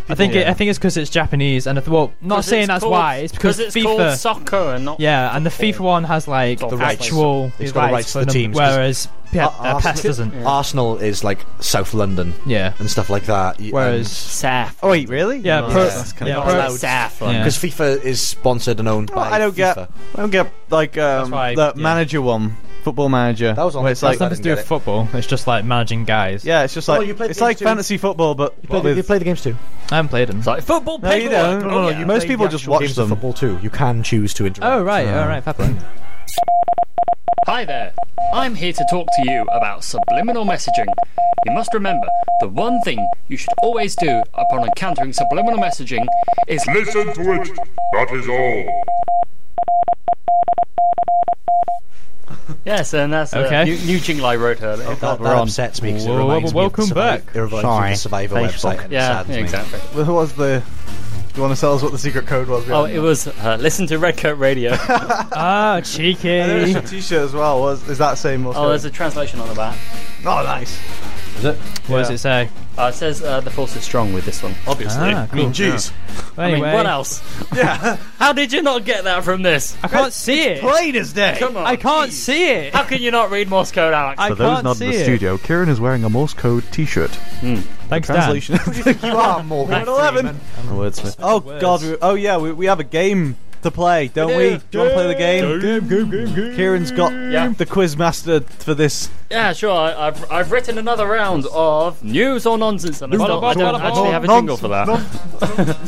D: I think it,
C: Yeah.
D: I think it's because it's Japanese, and if- well, not
A: 'Cause
D: saying
A: it's
D: that's
A: called-
D: why. It's because
A: it's called
D: FIFA.
A: soccer and not.
D: yeah, and the FIFA one has like
A: The rights.
D: actual
B: It's got the rights to
D: for
B: the
D: them,
B: teams, 'cause-
D: whereas P-
B: Ar-
D: uh, PES
B: [LAUGHS] Arsenal-
D: doesn't. Yeah,
B: Arsenal is like South London
D: yeah.
B: and stuff like that. y-
D: whereas
A: Saf.
C: Oh wait, really?
D: yeah,
C: No,
D: pro,
C: that's-
D: yeah,
C: that's kinda
D: pro-
A: Not Saf. like-
D: yeah.
B: because FIFA is sponsored and owned by
C: I don't get.
B: FIFA.
C: I don't get like um,
D: why-
C: the
D: yeah.
C: manager one, football manager.
B: That was on
C: where it's
B: the-
C: like
B: that was
D: nothing to do with football. It's just like managing guys.
C: yeah, it's just
B: Oh,
C: like
B: you played
C: it's
B: the
C: like
B: games too.
C: fantasy football, but
B: You play,
C: with,
B: you play the games too.
D: I haven't played them.
A: It's like football. Oh,
C: no, you don't. No, no,
A: yeah.
C: you- most
B: Play
C: people
B: the
C: just
B: actual
C: watch
B: games of
C: them.
B: Football too. You can choose to interact.
D: oh right, all right, fair play.
A: Hi there. I'm here to talk to you about subliminal messaging. You must remember the one thing you should always do upon encountering subliminal messaging is
E: Listen to it. That is all.
A: yes, and that's uh,
D: Okay.
A: new, new jingle I wrote earlier.
D: Oh,
B: That,
C: we're
B: that
C: on.
B: upsets me because it
D: Whoa,
B: reminds me
D: welcome
B: of the Survivor-
D: back.
B: It reminds me of
C: Sorry.
B: the Survivor
C: Facebook.
B: website. and it
A: yeah,
B: saddens me.
A: exactly.
C: What was the? Do you want to tell us what the secret code was?
A: Oh, it was uh, listen to
D: [LAUGHS]
A: Redcoat Radio.
D: [LAUGHS] Ah, [LAUGHS] cheeky.
C: There is a T-shirt as well. Was is that same?
A: oh, there's a translation on the back.
C: oh,
B: [LAUGHS]
C: nice.
D: What does it say?
A: Uh, it says uh, the force is strong with this one. Obviously.
D: Ah, cool.
C: jeez.
A: I mean,
D: Anyway,
A: what else?
C: Yeah.
A: How did you not get that from this?
D: I can't see it.
C: Plain as day.
A: Come on.
D: I can't see it.
A: How can you not read Morse code, Alex?
D: I
C: For those
D: can't
C: not
D: see
C: in the
D: it.
C: studio, Kieran is wearing a Morse code T-shirt.
D: Thanks, Dan.
C: Translation. [LAUGHS]
B: You are Morgan
A: Right.
B: Freeman.
C: Oh God! We, oh yeah, we, we have a game to play, don't we? Do you want to play the game?
D: Game, game, game, game.
C: Kieran's got
A: Yeah.
C: the quiz master for this.
A: Yeah, sure. I, I've, I've written another round
D: [LAUGHS]
A: of news or nonsense, and I don't, I don't actually have a jingle for that.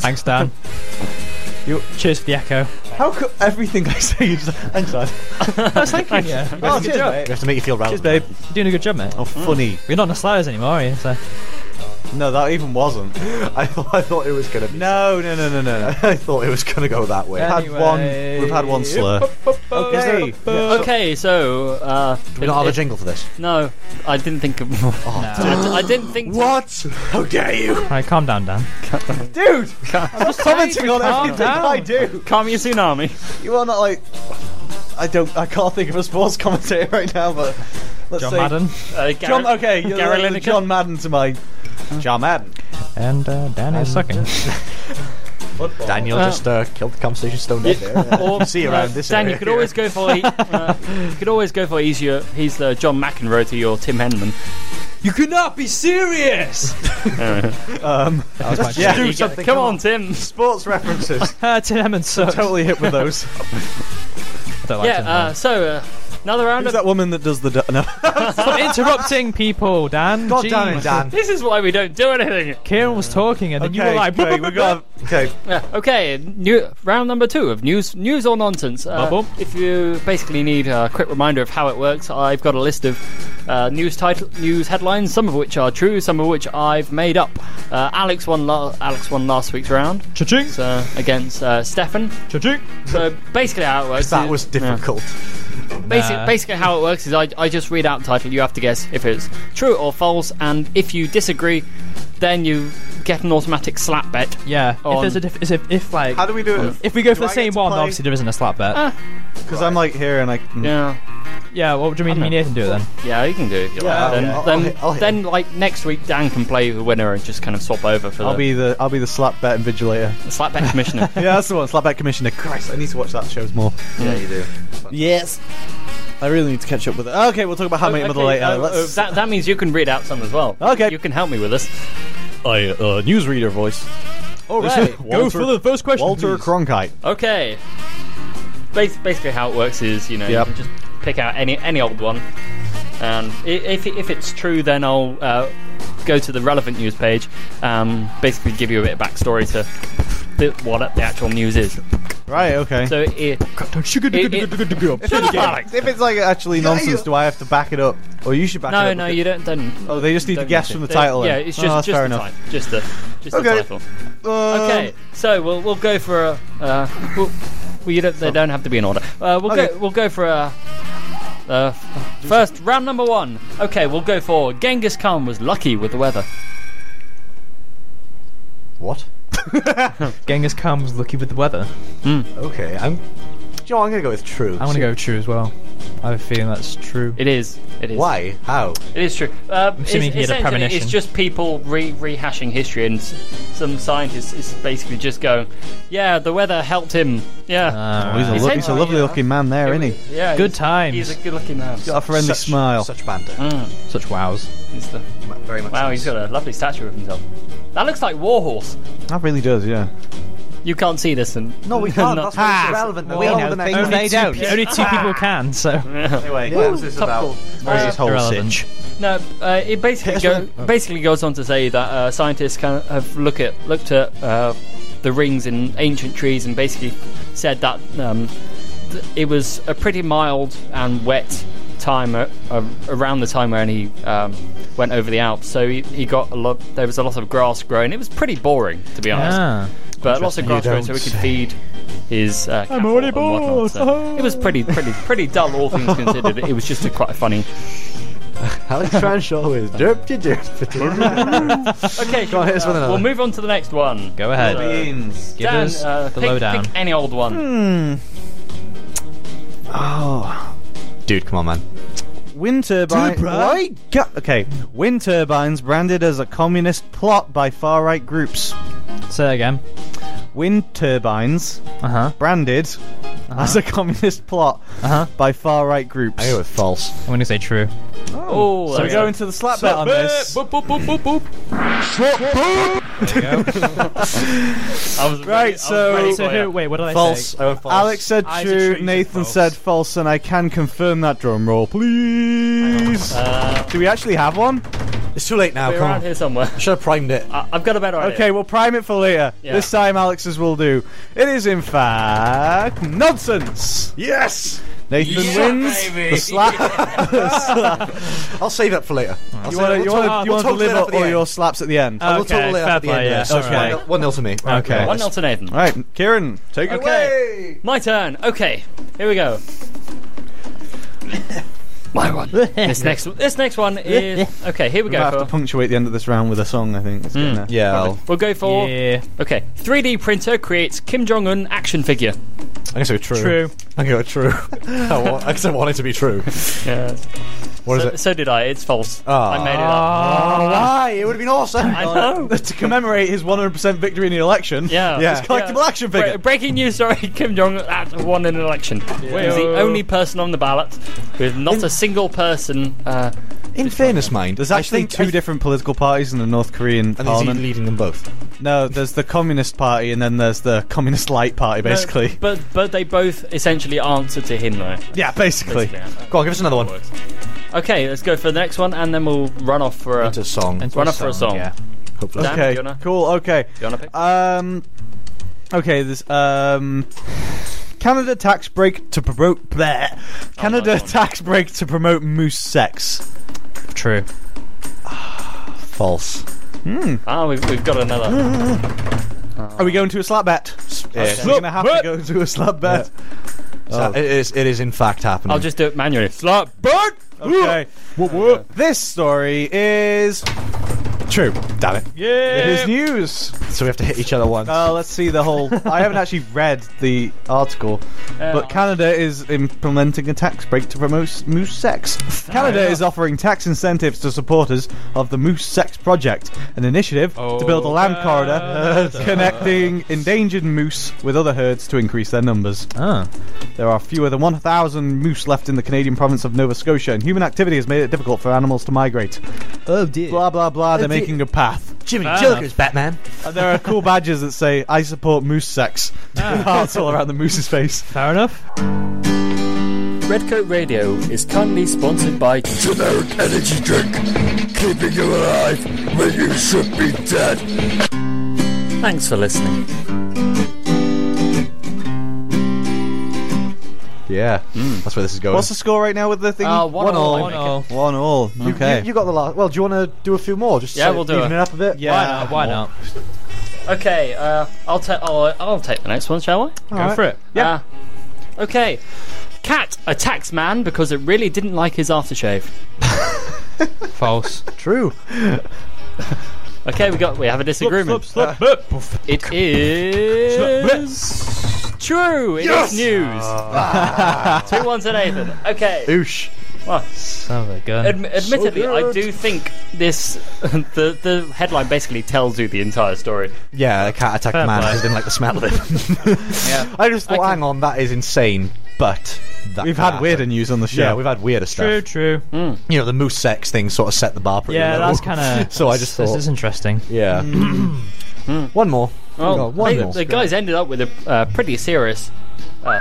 D: Thanks, Dan.
C: You,
D: Cheers for the echo.
C: how could everything I say is thanks, lad.
D: I was thinking, yeah. You're
C: [LAUGHS] Oh, cheers,
B: We
C: mate.
B: have to make you feel
C: Cheers,
B: relevant.
C: babe.
D: doing a good job, mate.
C: Oh, funny.
D: You're not on the sliders anymore, are you? So.
C: No, that even wasn't.
B: I, thought, I thought it was gonna. Be,
C: No, no, no, no, no. no.
B: I thought it was gonna go that
C: [LAUGHS]
B: way.
C: We've had one. We've had one slur. Okay.
A: Okay, so uh,
B: Do we not have a jingle for this?
A: no, I didn't think of. [LAUGHS] I, I didn't think.
B: What? How dare you?
D: Alright, calm down, Dan.
C: [LAUGHS] dude. I'm just commenting on
D: calm
C: everything
D: down.
C: I do.
A: Calm your tsunami.
C: You are not like. I don't. I can't think of a sports [LAUGHS] commentator right now, but let's
D: John
C: say
D: Madden
A: Uh,
C: John. Okay, you're
A: Gary
C: like the
A: Lineker? [LAUGHS]
C: John Madden to my John Madden.
D: and uh, Dan is sucking. [LAUGHS]
B: Daniel just uh, killed the conversation stone dead there. [LAUGHS]
A: Or,
B: See you around this
A: Uh, Dan, you
B: area.
A: could always go for. Uh, you could always go for. He's your. He's the John McEnroe to your Tim Henman.
D: you could not be
A: [LAUGHS]
D: serious. um,
C: [LAUGHS] Yeah, do something.
A: Come on, Tim.
C: Sports [LAUGHS] references.
D: uh, Tim Emmons sucks.
C: totally hit with those.
D: I don't like
A: Yeah.
D: Tim
A: Uh,
D: Emmons.
A: so uh, another round.
C: Who's
A: Of,
C: that woman that does the? Du- no.
D: [LAUGHS] Stop interrupting people, Dan.
C: God damn it,
D: Jeez.
C: Dan.
A: this is why we don't do anything.
D: Kieran was talking and then you were like, [LAUGHS]
C: okay, we got. Okay,
A: Yeah, [LAUGHS] okay, new, round number two of news, news or nonsense. Uh,
D: Bubble.
A: If you basically need a quick reminder of how it works, I've got a list of uh, news title, news headlines, some of which are true, some of which I've made up. Uh, Alex won, la- Alex won last week's round
D: Cha-ching,
A: so, against uh, Stefan.
D: cha-ching.
A: So basically, how it works.
B: That
A: is-
B: was difficult.
A: Basic,
D: Nah.
A: Basically, how it works is I, I just read out the title. You have to guess if it's true or false, and if you disagree, then you get an automatic slap bet.
D: Yeah. If
A: On-
D: there's a diff- is if, if like
C: how do we do it?
D: if we go for
C: Do
D: the
C: I
D: same
C: get to
D: one,
C: play?
D: obviously there isn't a slap bet.
C: Because I'm like here and I.
A: Yeah,
D: yeah. What do you mean?
A: I
D: You can do it then.
A: yeah, you can do it if you
C: Yeah,
A: like. Then,
B: I'll- I'll
A: then,
B: hit- I'll hit
A: then like next week, Dan can play the winner and just kind of swap over for
C: I'll
A: the
C: be the I'll be the slap bet invigilator.
A: [LAUGHS] slap bet commissioner.
C: yeah, that's the one. Slap bet commissioner. Christ, I need to watch that shows more.
B: Yeah, you do.
C: Yes. I really need to catch up with it. Okay, we'll talk about how I many mother
A: Okay,
C: later.
A: uh,
C: Let's.
A: uh, that, that means you can read out some as well.
C: Okay.
A: you can help me with this.
C: I uh, newsreader voice. All right,
D: Go for the first question.
C: Walter
D: please.
C: Cronkite.
A: Okay. Bas- basically, how it works is you know
C: Yep.
A: you can just pick out any any old one, and i- if if it's true, then I'll uh, go to the relevant news page. Um, basically, give you a bit of backstory to the, what the actual news is.
C: Right. Okay.
A: So it,
C: if, it's
A: Alex.
C: if it's like actually nonsense, do I have to back it up, or you should back it
A: no,
C: up?
A: no,
C: with it?
A: you don't. don't
C: Oh, they just need to
A: don't
C: guess
A: need
C: from
A: to.
C: the title
A: They- Yeah,
C: then.
A: it's
C: Oh,
A: just
C: that's
A: just
C: fair
A: the
C: enough.
A: title. Just the just the
C: Okay.
A: title.
C: Um,
A: Okay, so we'll we'll go for a. Uh, we'll, well, you don't, they don't have to be in order. Uh, we'll
C: Okay.
A: go we'll go for a. Uh, f- first round number one. Okay, we'll go for Genghis Khan was lucky with the weather.
B: What?
D: Genghis Khan was lucky with the weather.
B: Okay, I'm. Do you know what, I'm gonna go with true.
D: I want to go true as well. I have a feeling that's true.
A: It is. It is.
B: Why? How?
A: It is true. Uh, it's,
D: assuming he had a
A: essentially,
D: premonition.
A: it's just people re- rehashing history, and s- some scientists is basically just going, "Yeah, the weather helped him. Yeah,
D: Ah,
C: Oh, He's a,
D: right.
A: He's
C: lo- he's a
A: head-
C: lovely looking man there, isn't he?
A: yeah."
D: Good
A: he's-
D: times.
A: He's a good-looking man. Mm,
C: Got a friendly
B: Such-
C: smile.
B: Such banter.
D: Such wows.
A: He's the-
B: Very much.
A: Hmm? wow, he's got a lovely statue of himself. That looks like Warhorse.
C: That really does, yeah.
A: You can't see this, and
B: No, we can't. That's why it's irrelevant.
I: we
B: on
I: know
B: to the next
I: things
B: one.
I: they don't.
D: Only two people can. [LAUGHS] So
C: Anyway, what was this
A: topical.
C: What was this whole
D: Irrelevant.
C: sitch?
A: Uh, No, uh, it basically go, basically goes on to say that uh, scientists kind of have look at looked at uh, the rings in ancient trees and basically said that um, th- it was a pretty mild and wet time uh, around the time when he um, went over the Alps. So he, he got a lot. There was a lot of grass growing. It was pretty boring, to be honest.
D: ah,
A: but lots of grass growing, so we could feed his. Uh, cattle
D: already
A: and whatnot,
D: bored.
A: so It was pretty pretty pretty dull, all [LAUGHS] things considered. It was just a quite funny.
B: Alex [LAUGHS] Transhaw is derpty derpty.
A: Okay,
B: Go on, hit us with another.
A: We'll move on to the next one.
D: go ahead.
C: Beans.
D: Give
A: Dan,
D: us
A: uh,
D: the
A: pick,
D: lowdown.
A: pick any old one.
B: Dude, come on, man.
C: Wind turbines. Why? Ga- okay. Wind turbines branded as a communist plot by far right groups.
D: Say that again.
C: Wind turbines
D: Uh huh.
C: branded as a communist plot
D: Uh huh.
C: by far right groups.
B: I go with false.
D: I'm gonna say true.
A: Oh,
C: so
A: there
C: we're
A: we go.
C: going to the slap bet on this.
D: There you go.
A: I was
C: Right,
A: ready- I was
C: so-
A: ready
D: Oh, so
A: for ya.
D: who? Wait, what did I
B: False.
D: say?
B: I went false.
C: Alex said
D: Isaac
C: true,
D: Shrews said
C: Nathan
D: false.
C: said false, and I can confirm that drum roll, please.
A: Uh,
C: Do we actually have one?
B: It's too late now.
A: We're
B: Come
A: around
B: on.
A: here [LAUGHS] somewhere.
B: Should have primed it.
A: I, I've got a better idea.
C: Okay, we'll prime it for later.
A: Yeah.
C: This time, Alex's will do. It is, in fact, nonsense.
B: Yes.
C: Nathan
A: Yeah,
C: wins
A: baby.
C: the slap.
B: I'll save it for later. I'll
C: you
B: save
C: want
B: it.
C: to
B: We'll
C: you wanna,
B: talk-
C: you
B: we'll
C: wanna
B: talk later
C: deliver
B: at
C: all
B: the end. Uh,
C: your slaps at the end.
B: We'll talk
D: Okay, fair
B: later at the
D: play,
B: end.
D: yeah,
B: Yeah. So it's
C: okay.
B: one nil- one nil to me. Right,
C: Okay.
B: yeah,
A: One
B: let's-
A: nil to Nathan.
C: All right, Kieran, take it away.
B: Hey!
A: My turn. Okay, here we go. [COUGHS] My one. this next. [LAUGHS] This next one [LAUGHS] is okay. Here we
C: We might have
A: go.
C: to
A: For, Hmm.
C: punctuate the end of this round with a song. I think. It's getting there.
B: Yeah. I'll-
A: we'll go [LAUGHS] for
D: Yeah.
A: okay. 3D printer creates Kim Jong Un action figure.
B: I'm gonna say true.
D: True.
B: I'm gonna go true. [LAUGHS] I want, I guess I want it to be true.
A: Yeah.
B: What is
A: So,
B: it?
A: so did I. It's false.
B: Ah.
A: I made it up.
B: Oh, why? It would have been awesome.
C: Ah.
A: I know.
C: [LAUGHS] to commemorate his 100% victory in the election. [LAUGHS]
A: Yeah.
C: His collectible
A: Yeah.
C: action
A: Bre-
C: figure.
A: breaking news: Sorry, [LAUGHS] Kim Jong Un won an election. He's the only person on the ballot with not a single person. Uh,
B: In fairness, mind.
C: There's actually two different political parties in the North Korean
B: And is he
C: parliament.
B: leading them both?
C: No, there's the Communist Party and then there's the Communist Light Party, basically. [LAUGHS]
A: but but they both essentially answer to him though.
C: yeah, basically.
A: Basically, yeah.
B: Go on, give us another one.
A: Okay, let's go for the next one, and then we'll run off for a.
B: It's a song.
A: Run up for a song.
D: Yeah.
B: Hopefully.
A: Dan, do you
C: Okay,
A: wanna-
C: cool. Okay.
A: You wanna pick?
C: Um, okay. This um, Canada tax break to promote. Bleh. Canada
A: Oh, nice one.
C: tax break to promote moose sex.
D: True.
B: False.
A: Ah, we've, we've got another.
C: Are
A: Oh.
C: we going to a slap bet?
B: Yes.
C: We're gonna have to go to a slap bet.
B: So uh, it is. It is in fact happening.
A: I'll just do it manually. Slap.
C: Bird. Okay. This story is true. Damn it. It
D: Yeah.
C: is news.
B: so we have to hit each other once.
C: Uh, let's see the whole. I haven't actually read the article, but Canada is implementing a tax break to promote moose sex. Canada is offering tax incentives to supporters of the Moose Sex Project, an initiative to build a land corridor [LAUGHS] connecting endangered moose with other herds to increase their numbers.
B: Ah.
C: There are fewer than 1,000 moose left in the Canadian province of Nova Scotia, and human activity has made it difficult for animals to migrate.
B: Oh dear.
C: Blah blah blah. They're
B: dear.
C: making a path.
B: Jimmy
D: Fair
B: Joker's Batman.
C: And there are cool badges that say "I support moose sex"
B: Ah.
C: [LAUGHS] hearts all around the moose's face.
D: Fair enough.
J: Redcoat Radio is kindly sponsored by
E: Generic energy drink, keeping you alive when you should be dead.
J: Thanks for listening.
B: Yeah. That's where this is going.
C: What's the score right now with the thing?
A: Uh, one all.
D: One all.
C: One all. Okay.
B: You, you got the last. Well, do you want to do a few more? Just
A: Yeah,
B: so
A: we'll do
B: even
A: it.
B: it up a bit.
C: yeah.
D: Why not?
A: Okay, uh, I'll take. I'll, I'll take the next one, shall I?
D: Go for it.
A: Yeah. Uh, okay. Cat attacks man because it really didn't like his aftershave.
D: False.
B: True.
A: Okay, we got. We have a disagreement.
C: Slap, slap, slap.
A: It is true. It is news. [LAUGHS] Two one to Nathan. Okay.
B: Oosh.
A: Well,
D: Son of a gun.
A: Adm- admittedly, I do think this [LAUGHS] the the headline basically tells you the entire story.
B: Yeah, a cat attacked man because didn't like the smell of [LAUGHS] it. I just thought, hang on, that is insane. But that
C: We've
B: can
C: had
B: happen.
C: weirder news on the show.
B: Ah. Yeah, we've had weirder stuff.
D: True, true.
B: You know, the moose sex thing sort of set the bar pretty
D: Yeah,
B: low.
D: that's kind [LAUGHS] of.
B: [LAUGHS] So I just
D: this
B: thought-
D: is interesting.
B: Yeah. one more. We've
A: Well,
B: got one
A: they-
B: more.
A: the guys ended up with a uh, pretty serious uh,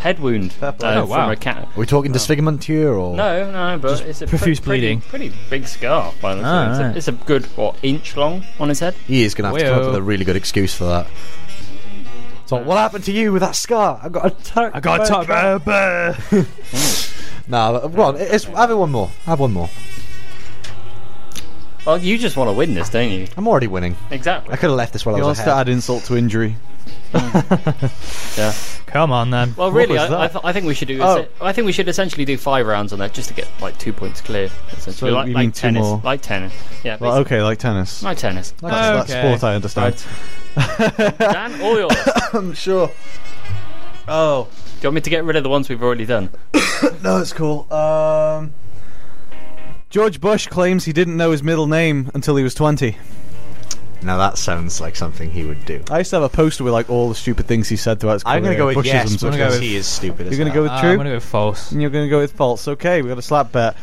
A: head wound uh,
D: Oh, wow.
A: from a cat.
B: Are we talking disfigurement here or
A: No, no, but it's a pre-
D: profuse
A: pretty-
D: bleeding.
A: Pretty, big scar. By the
D: Ah,
A: ah, it's, a-
D: right.
A: it's a good what inch long on his head.
B: He is going to have to come up
D: Well.
B: with a really good excuse for that. So, what happened to you with that scar? I got attacked.
D: I got
B: by a
D: top.
B: cat. [LAUGHS] No, but- well, it's, have it one more. Have one more.
A: Well, you just want to win this, don't you?
B: I'm already winning. I
A: Exactly.
B: could have left this while
C: He
B: I was
C: wants to
B: ahead.
C: add insult to injury.
A: [LAUGHS] Yeah.
D: Come on then.
A: Well, really,
C: was
A: I, I,
C: that?
A: th- I think we should do.
C: Oh.
A: I think we should essentially do five rounds on that just to get like two points clear. essentially.
C: So
A: like,
C: you
A: like
C: mean two
A: tennis,
C: more?
A: like tennis. Yeah,
C: Well,
A: basically.
C: okay, like tennis.
A: like tennis.
C: That's,
D: Okay.
F: Oh,
C: that's sport, I
A: [LAUGHS]
C: understand.
A: Dan, all yours. Do
C: I'm sure. Oh
A: you want me to get rid of the ones we've already done?
C: no, it's cool. Um, George Bush claims he didn't know his middle name until he was 20.
B: Now that sounds like something he would do.
C: I used to have a poster with like all the stupid things he said throughout his career.
B: I'm going to go with
C: Bushisms,
B: yes
C: which
B: because
C: was-
B: he is stupid.
F: Ah,
C: You're going to
B: to
C: go with
D: Uh,
C: true?
D: I'm gonna go false.
C: And you're going to go with false. Okay, we got a slap bet.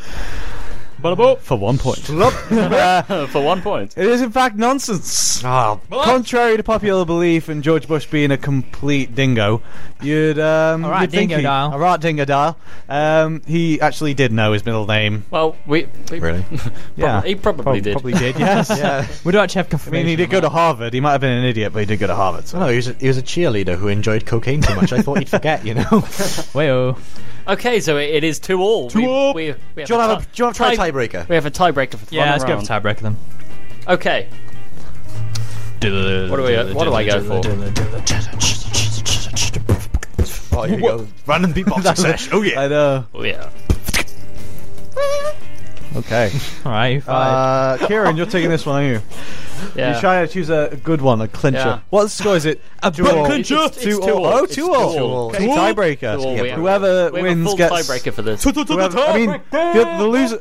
A: Bada
C: for one point.
A: boop. For one point.
C: It is in fact nonsense.
B: Ah,
C: Contrary to popular belief and George Bush being a complete dingo, you'd um,
F: All right,
C: you'd think
F: dingo
C: he,
F: dial.
C: all right, dingo dial. Um, he actually did know his middle name.
A: Well, we. we
B: [LAUGHS] really?
C: Yeah,
A: He probably
C: Prob-
A: did.
C: Probably did. Yes.
B: yeah.
F: We don't actually have
C: I
F: confirmation.
C: mean, he did go to Harvard. He might have been an idiot, but he did go to Harvard. So.
B: No, he was, a, he was a cheerleader who enjoyed cocaine too much. I thought he'd forget, you know.
F: Wayo.
A: [LAUGHS] Okay, so it, it is two all. Two we,
C: all.
A: We, we have
B: Do you want
A: ti-
B: to have a, do you want to try a
A: tie-
B: tiebreaker?
A: We have a tiebreaker for the
F: Yeah,
A: final
F: let's go
A: round.
F: for tiebreaker then.
A: Okay. What do we? What do I go for?
B: Oh, here you go.
C: [LAUGHS]
B: Random beatboxing session. Oh yeah.
C: I know.
A: Oh, yeah.
C: Okay.
F: All right, you five.
C: Uh, Kieran, you're taking this one, aren't you?
A: Yeah.
C: You're trying to choose a good one, a clincher.
A: Yeah.
C: What score
B: [GASPS]
C: is it?
F: A
C: Two all.
F: butt
A: It's-
F: clincher.
A: it's two
C: Two
A: all.
C: all. Oh,
A: It's
C: two
A: two
C: all.
A: all.
C: Okay, tiebreaker.
A: Two all, we have-
C: Whoever
A: we have a
C: wins
A: full
C: gets.
A: tiebreaker for this.
C: [LAUGHS] Whoever, I mean, the, the loser.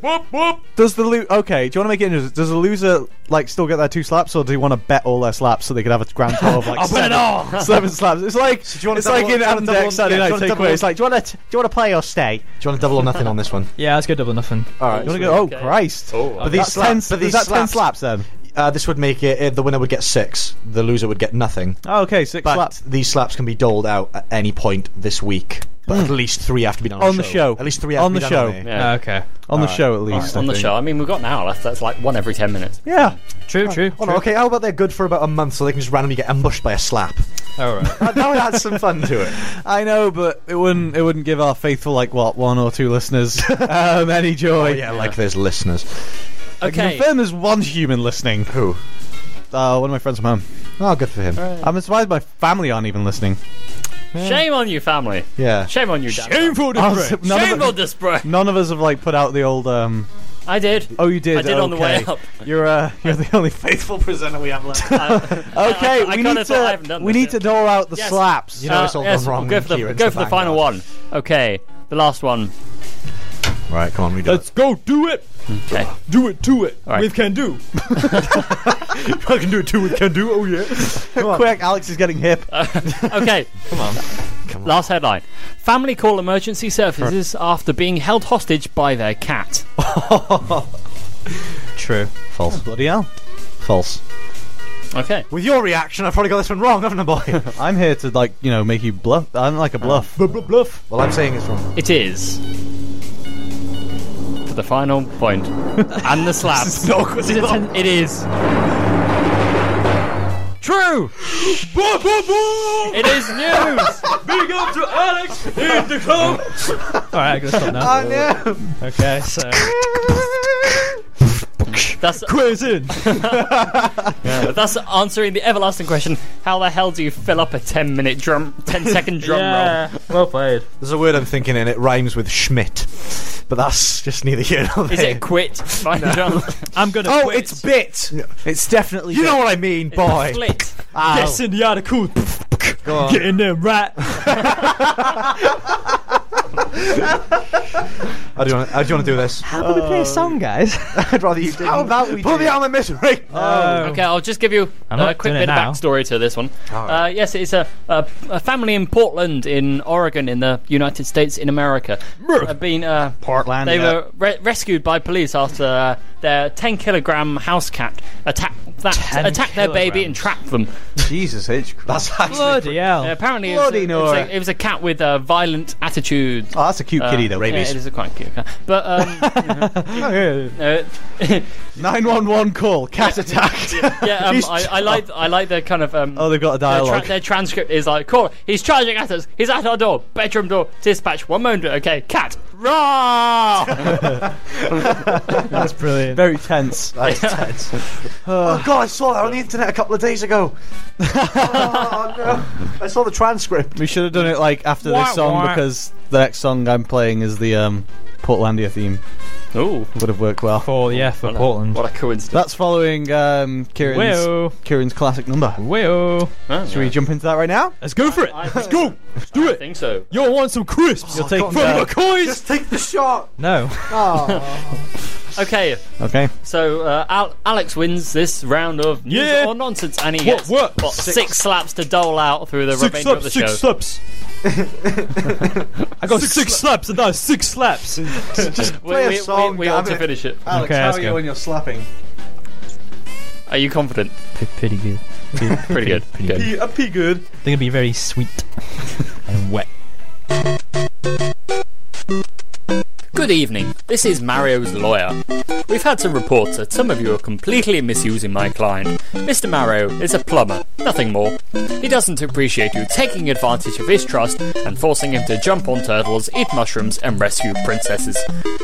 C: Does the loser? Okay, do you want to make it interesting? Does the loser like still get their two slaps, or do you want to bet all their slaps so they could have a grand
A: [LAUGHS]
C: total of like seven, [LAUGHS] seven slaps? It's like
B: you want a
C: it's like in
B: double- do you want a
C: Adam
B: double-
C: Deck Saturday
B: yeah, do you
C: Night
B: want a
C: Take
B: double-
C: Away. It's like, do you want to do you want to play or stay?
B: Do you want to double or nothing on
C: [LAUGHS]
B: this one?
F: Yeah, let's go double nothing.
B: All
C: Do
B: right.
C: you want to go? Oh
A: Okay.
C: Christ!
E: Oh,
C: but these
B: That's slap-
C: ten,
B: but
C: is
B: these
C: that ten
B: slaps-
C: slaps then?
B: Uh, this would make it uh, the winner would get six, the loser would get nothing.
C: Oh, okay, six
B: But
C: slaps.
B: these slaps can be doled out at any point this week. But at least three have to be done on,
C: Mm. On the show.
B: At least three have
C: On
B: to be
C: the
B: done
C: show.
B: on here.
A: Yeah.
F: Uh, okay.
C: On the show at least. I
A: on the
C: think.
A: show. I mean, we've got an hour left. That's like one every ten minutes.
C: Yeah.
F: True, true.
B: Oh, no, okay, how about they're good for about a month so they can just randomly get ambushed by
C: [LAUGHS]
B: a slap?
F: All Oh, right.
B: that would add some fun to it.
C: I know, but it wouldn't it wouldn't give our faithful like what one or two listeners um, any joy.
B: Oh, Yeah, like there's listeners.
A: Okay.
C: Confirm there's one human listening.
B: Who?
C: Uh, one of my friends from home.
B: Oh, good for him.
C: I'm surprised my family aren't even listening.
A: Shame on you, family.
B: Yeah.
A: Shame on you, Dad.
C: I was- none,
A: Shame on
C: of,
A: this, bro.
C: none of us have like put out the old. Um,
A: I did.
C: oh, you did.
A: I did on the way
C: okay.
A: up.
C: You're uh, you're the only faithful presenter we have left. Uh, okay,
A: I
C: we
A: kinda
C: need
A: thought I haven't
C: to
A: done
C: we
A: this yet.
C: need to dole out the
A: Yes.
C: slaps.
B: You know it's all
A: uh, yes,
B: gone wrong
A: We'll go
B: when
A: for the,
B: Kieran's
A: go
B: the
A: for the
B: banger.
A: final one. Okay, the last one.
B: Right, come on, redo
D: Let's
B: it.
D: go do it.
A: Okay.
D: Do it, do it.
A: All right.
D: With can
C: [LAUGHS]
D: do.
C: I can do it too. We can do. Oh yeah. Quick, Alex is getting hip.
A: Okay. Come on. Last headline. Family call emergency services after being held hostage by their cat.
F: true.
B: False.
C: Oh, Bloody hell!
B: False.
A: Okay.
B: With your reaction, I've probably got this one wrong, haven't I, boy?
C: I'm here to like you know make you bluff. I'm like a bluff. [LAUGHS]
B: [LAUGHS] Bluff. Well, I'm saying
A: [LAUGHS]
B: it's wrong.
A: It is. For the final point. and the slap. it is.
F: True.
A: It is news!
D: Big up to Alex in the club.
F: All right, I'm gonna stop
B: Uh,
F: now.
C: I know.
F: Okay, so
A: That's uh,
F: quiz in.
A: that's answering the everlasting question. How the hell do you fill up a 10 minute drum 10 second drum roll?
F: well played.
B: [LAUGHS] There's a word I'm thinking and it rhymes with Schmidt. But that's just neither here nor there.
A: Is it quit? Find drum.
F: I'm gonna.
C: Oh,
F: quit.
C: it's bit. It's definitely.
B: You know what I mean,
A: [LAUGHS]
B: boy.
A: Flit.
F: Yes, in the article.
B: Go on.
F: Get in there, right?
B: How do you want to, how do, you want to do this?
F: How about we play a song, guys?
B: I'd rather you did.
C: How about we
B: Pull
C: do-
B: me out of my misery.
A: Okay, I'll just give you
F: I'm
A: uh, a
F: not
A: quick
F: doing
A: bit
F: it
A: of
F: now.
A: backstory to this one. Uh, yes, it's a, a, a family in Portland, in Oregon, in the United States, in America. Have been, uh,
C: Portland.
A: they
C: yeah.
A: were re- rescued by police after uh, their 10 kilogram house cat attacked, that, attacked their baby and trapped them.
C: Jesus H. Christ.
B: That's actually.
F: [LAUGHS] Bloody
A: Uh,
F: hell.
A: apparently, it was, a,
C: Bloody
A: it, was
C: Nora.
A: a, it was a cat with a violent attitude.
C: Oh, that's a cute
A: Uh,
C: kitty Oh, though.
A: Yeah, it is a quite cute cat. But,
C: [LAUGHS]
A: um, [LAUGHS] uh,
C: Nine one one call. Cat
F: [LAUGHS]
C: attack.
A: [LAUGHS] yeah, um,
C: [LAUGHS] He's
A: I, I like I like their kind of um,
C: oh, they've got a
A: Their,
C: dialogue.
A: tra- their transcript is like, call, he's charging at us, he's at our door, bedroom door, dispatch, one moment, okay, cat, rah!
F: That's brilliant.
C: Very tense.
B: That's tense. oh god, I saw that on the internet a couple of days ago. [LAUGHS] oh no. I saw the transcript.
C: We should have done it like after
F: Wah,
C: this song
F: wah.
C: because the next song I'm playing is the um, Portlandia theme.
A: Ooh,
C: Would have worked well.
F: For yeah, for Portland. oh,
A: what a coincidence.
C: That's following um, Kieran's,
F: Wayo.
C: Kieran's classic number.
F: Wayo.
C: Should we jump into that right now?
F: Let's go for it. Let's go. Let's do
A: I
F: it.
A: think so.
F: You'll want some crisps.
C: You'll take
F: from McCoy's.
B: Just take the shot.
F: No.
A: Okay,
C: Okay.
A: so uh, Al- Alex wins this round of news
D: Yeah.
A: or nonsense, and he
D: What,
A: gets
D: what?
A: six. slaps to dole out through the
D: Six
A: remainder of
D: slaps, six
A: the show.
D: slaps. [LAUGHS] I got six, slaps and that was six slaps.
A: we
B: Play a
A: we,
B: song,
A: we, we ought
B: damn
A: to
B: it.
A: finish it.
B: Alex,
D: Okay,
B: how
D: let's
B: are you
D: go.
B: when you're slapping?
A: Are you confident?
F: P- pretty good.
A: Pretty good.
F: Pretty good.
C: P- a pea good.
F: [LAUGHS] They're gonna be very sweet and wet.
J: Good evening. This is Mario's lawyer. We've had some reports that some of you are completely misusing my client. Mr. Mario is a plumber, nothing more. He doesn't appreciate you taking advantage of his trust and forcing him to jump on turtles, eat mushrooms, and rescue princesses.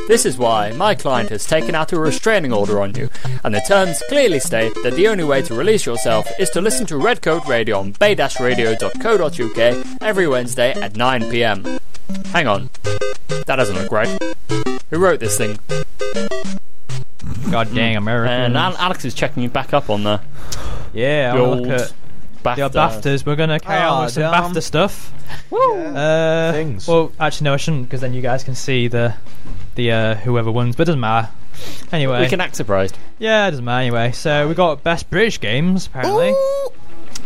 J: This is why my client has taken out a restraining order on you, and the terms clearly state that the only way to release yourself is to listen to Red Coat Radio on bay-radio.co.uk every Wednesday at 9pm. Hang on, that doesn't look right. Who wrote this thing?
F: God dang America.
A: And Al- Alex is checking you back up on the,
F: yeah,
A: the
F: I'll
A: old
F: look at the
A: BAFTA.
F: BAFTAs. We're gonna carry on
C: Ah,
F: with some
C: damn.
F: BAFTA stuff. Uh,
B: Things.
F: Well, actually, no, I shouldn't, because then you guys can see the the uh, whoever wins. But it doesn't matter. Anyway,
A: We can act surprised.
F: yeah, it doesn't matter anyway. So we got best British games apparently.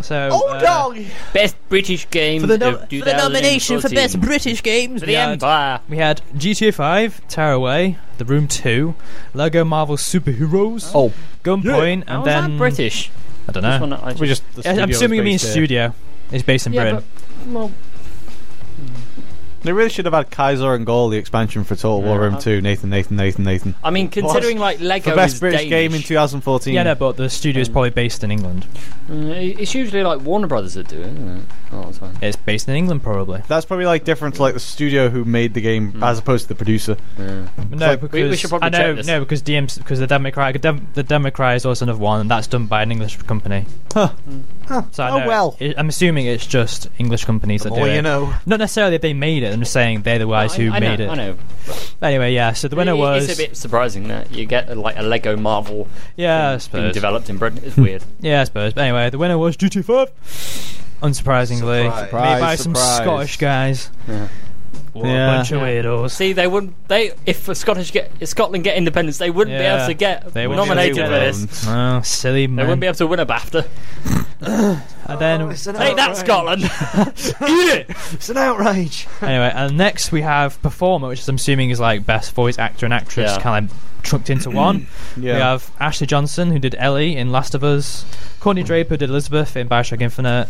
F: So
A: Oh,
F: uh,
A: Best British game
F: For the nom- of for
A: British games for the
F: yeah.
A: Empire.
F: we had GTA 5, Tearaway, The Room 2, Lego Marvel Superheroes,
B: Oh.
F: Gunpoint,
A: How
F: and
A: is
F: then
A: Oh,
F: uh,
A: that British?
F: I don't
A: This one
F: know.
A: that I
D: We
A: just-
D: just.
F: Yeah, I'm assuming it means studio. It's based in
A: Yeah,
F: Britain.
A: but- well,
C: They really should have had Kaiser and Goal, the expansion for Total War Room 2. Nathan, Nathan, Nathan, Nathan.
A: I mean, considering like Lego
C: the best
A: is
C: British
A: Danish,
C: game in 2014.
F: Yeah, no, but the studio
A: Um,
F: is probably based in England.
A: Mm, it's usually like Warner Brothers that do it, isn't it? Oh, it's fine.
F: It's based in England, probably.
C: That's probably like different to like the studio who made the game
F: Hmm.
C: as opposed to the producer.
F: No,
C: like-
F: because
A: We- we should probably
F: I know,
A: check this.
F: no, because DMs, because the Democrat, Dem, the Democrat is also another one, and that's done by an English company.
C: Huh.
F: So I
C: Oh,
F: know-
C: well.
F: it- I'm assuming it's just English companies that
B: Boy,
F: do it.
B: you know.
F: Not necessarily if they made it. I'm just saying they're the ones who
A: I, I
F: made
A: know,
F: it.
A: I know.
F: Anyway, yeah. So the
A: It-
F: winner
A: it-
F: was
A: It's a bit surprising that you get uh, like a Lego Marvel
F: yeah, I
A: being
F: suppose.
A: developed in Britain. It's weird.
F: Yeah, I suppose. But anyway, the winner was GTA 5.
B: Surprise.
F: Unsurprisingly, made by
C: Surprise,
F: some
C: surprise.
F: Scottish guys. What
C: Yeah.
F: a bunch of weirdos.
A: See, they wouldn't. They if Scottish get if Scotland get independence, they wouldn't be
F: Yeah.
A: able to get
F: They wouldn't be
A: nominated for
F: able to
A: this.
C: win.
F: Oh, silly
A: They
F: man.
A: wouldn't be able to win a BAFTA.
F: and then
B: It's an
A: Take that,
B: outrage.
C: [LAUGHS]
A: Scotland.
B: It's an outrage.
F: Anyway, and next we have performer, which I'm assuming is like best voice actor and actress,
A: Yeah.
F: kind of trunked
C: [CLEARS THROAT]
F: into one.
C: Yeah.
F: We have Ashley Johnson, who did Ellie in Last of Us. Courtney Draper did Elizabeth in Bioshock Infinite.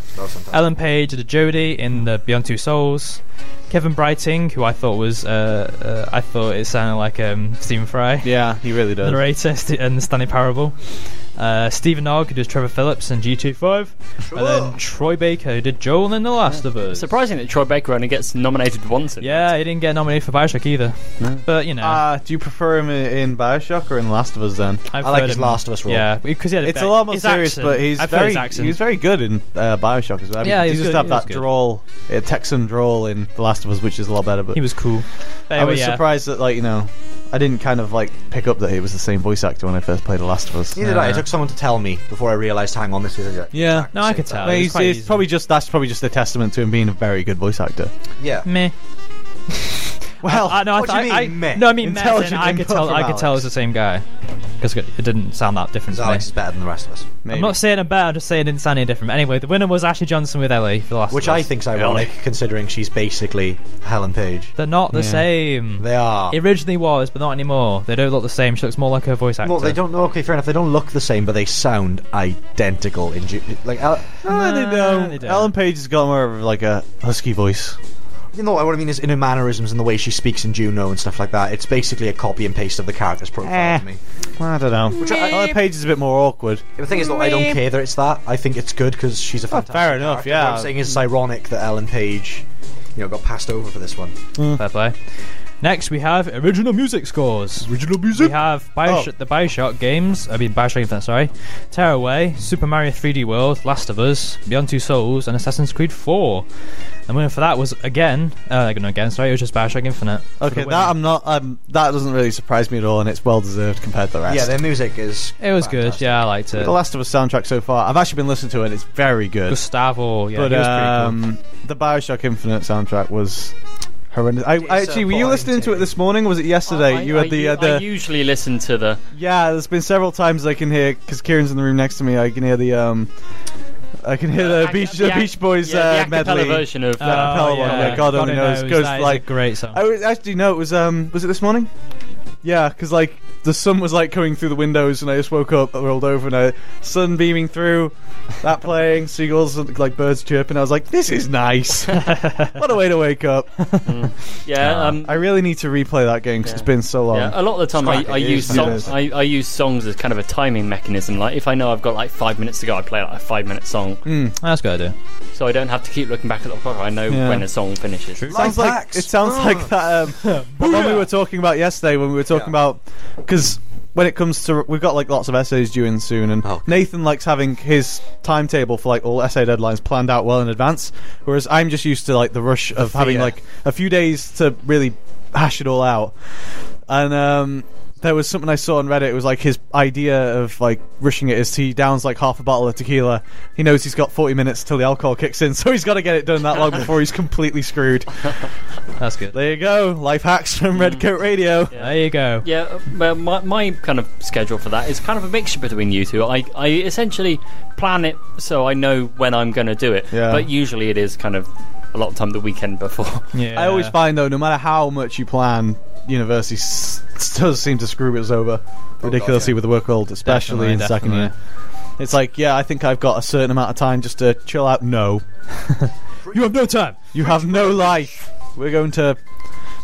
F: Ellen Page did Jodie in the Beyond Two Souls. Kevin Brighting, who I thought was, uh, uh, I thought it sounded like um, Stephen Fry,
C: [LAUGHS] Yeah, he really
F: the
C: does.
F: narrator st- [LAUGHS] and the Stanley Parable. Uh, Stephen Ogg, who does Trevor Phillips in G25. And then Troy Baker, who did Joel in The Last of Us.
A: Surprising that Troy Baker only gets nominated once.
F: Yeah, he didn't get nominated for Bioshock either. But you know,
C: Uh, do you prefer him in, in Bioshock or in Last of Us then?
F: I've
B: I like
F: heard
B: his
F: him.
B: Last of Us role.
F: Yeah, because he had a
C: It's
F: bit-
C: a lot more
F: his
C: serious,
F: accent.
C: but he's
F: I've heard
C: very
F: his accent.
C: he's very good in uh, Bioshock as well. I mean,
F: Yeah, he
C: he
F: was
C: just
F: good,
C: have
F: he was
C: that
F: good.
C: drawl, uh, Texan drawl in The Last of Us, which is a lot better. But
F: he was cool. But
C: I
F: anyway,
C: was
F: yeah.
C: surprised that like you know, I didn't kind of like pick up that it was the same voice actor when I first played The Last of Us.
B: Neither did I. It took someone to tell me before I realised, hang on, this is a.
F: Yeah, no, I could tell.
C: But
F: It was
C: he's,
F: quite
C: it's
F: easy.
C: probably just that's probably just a testament to him being a very good voice actor.
B: Yeah.
F: meh.
C: Well,
F: I, no,
B: what
F: I,
B: do you
F: I,
B: mean,
F: I,
B: meh?
F: no, I mean, meh, as in
C: Intelligent
F: I could
C: input
F: tell.
C: from
F: I could tell it was the same guy because it didn't sound that different.
B: So
F: To me.
B: Alex is better than the rest of us.
F: I'm not saying I'm bad. I'm just saying it didn't sound any different. Anyway, the winner was Ashley Johnson with Ellie for the last.
B: Which
F: of
B: I
F: Us.
B: think's ironic, considering she's basically Helen Page.
F: they're not the same.
B: They are.
F: It originally was, but not anymore. They don't look the same. She looks more like a voice actor.
B: Well, they don't. Okay, fair enough. They don't look the same, but they sound identical. In Ju- like, uh,
C: No, they don't.
F: they don't.
C: Ellen Page has got more of like a husky voice.
B: you know what I mean is in her mannerisms and the way she speaks in Juno and stuff like that. It's basically a copy and paste of the character's profile
C: Eh.
B: to me.
C: I don't know. Ellen Page is a bit more awkward.
B: The thing is, though, I don't care that it's that. I think it's good because she's a fantastic.
C: Oh, fair enough,
B: character.
C: yeah.
B: What I'm saying is, it's ironic that Ellen Page, you know, got passed over for this one.
F: Fair play. Next, we have original music scores. Original music. We have Bioshock,
C: Oh.
F: the Bioshock games. I mean, Bioshock Infinite. Sorry, Tearaway, Super Mario 3D World, Last of Us, Beyond Two Souls, and Assassin's Creed 4. And winner for that was again, uh, no, again, sorry, it was just Bioshock Infinite. for
C: Okay,
F: the
C: that
F: win.
C: I'm not. Um, that doesn't really surprise me at all, and it's well deserved compared to the rest.
B: Yeah, their music is.
F: it was good.
B: fantastic.
F: Yeah, I liked it.
C: the Last of Us soundtrack so far. I've actually been listening to it. and It's very good.
F: Gustavo, yeah,
C: but
F: he was pretty cool.
C: um, the Bioshock Infinite soundtrack was horrendous. I, I actually, were you listening to it this morning? or Was it yesterday?
A: I,
C: you had
A: I
C: the
A: u-
C: uh,
A: I
C: the
A: usually listen to the.
C: yeah. There's been several times I can hear because Kieran's in the room next to me. I can hear the um, I can hear [LAUGHS] the
A: ac-
C: Beach the
A: ac-
C: Beach Boys
A: Uh, yeah,
C: uh,
A: the acapella
C: medley Uh,
A: version of.
C: The acapella one,
F: Oh, yeah.
C: yeah, God only knows.
F: That
C: Goes
F: is a
C: like
F: great song.
C: I was, actually no. It was um. Was it this morning? Yeah, because like the sun was like coming through the windows, and I just woke up, I rolled over, and I sun beaming through, that playing seagulls and, like birds chirping. I was like, this is nice. [LAUGHS] what a way to wake up.
A: yeah, um,
C: uh, I really need to replay that game because it's been so long.
A: yeah, a lot of the time I, I use
C: It
A: songs.
C: is.
A: I, I use songs as kind of a timing mechanism. Like if I know I've got like five minutes to go, I play like a five minute song,
C: Hmm.
F: That's a good idea.
A: so I don't have to keep looking back at the clock. I know
C: Yeah.
A: when a song finishes. True.
C: sounds like
B: hacks.
C: it sounds like that. Um, the one we were talking about yesterday when we were talking about because when it comes to we've got like lots of essays due in soon, and
B: Oh.
C: Nathan likes having his timetable for like all essay deadlines planned out well in advance, whereas I'm just used to like the rush of having
B: fear.
C: like a few days to really hash it all out, and um. There was something I saw on Reddit. It was like his idea of like rushing it is he downs like half a bottle of tequila. He knows he's got 40 minutes till the alcohol kicks in, [LAUGHS] so he's got to get it done that long before he's completely screwed.
F: That's good.
C: There you go, life hacks from
F: Hmm.
C: Red Coat Radio.
F: There you go.
A: Yeah, uh, well, my, my kind of schedule for that is kind of a mixture between you two. I, I essentially plan it so I know when I'm going to do it,
C: Yeah.
A: but usually it is kind of a lot of time the weekend
C: [LAUGHS]
A: before.
F: Yeah.
C: I always find though, no matter how much you plan, university s- does seem to screw us over ridiculously with the workload, especially
F: Oh, Definitely,
C: in second year.
F: definitely.
C: It's like, yeah, I think I've got a certain amount of time just to chill out. No,
F: [LAUGHS] You have no time.
C: you have no life. We're going to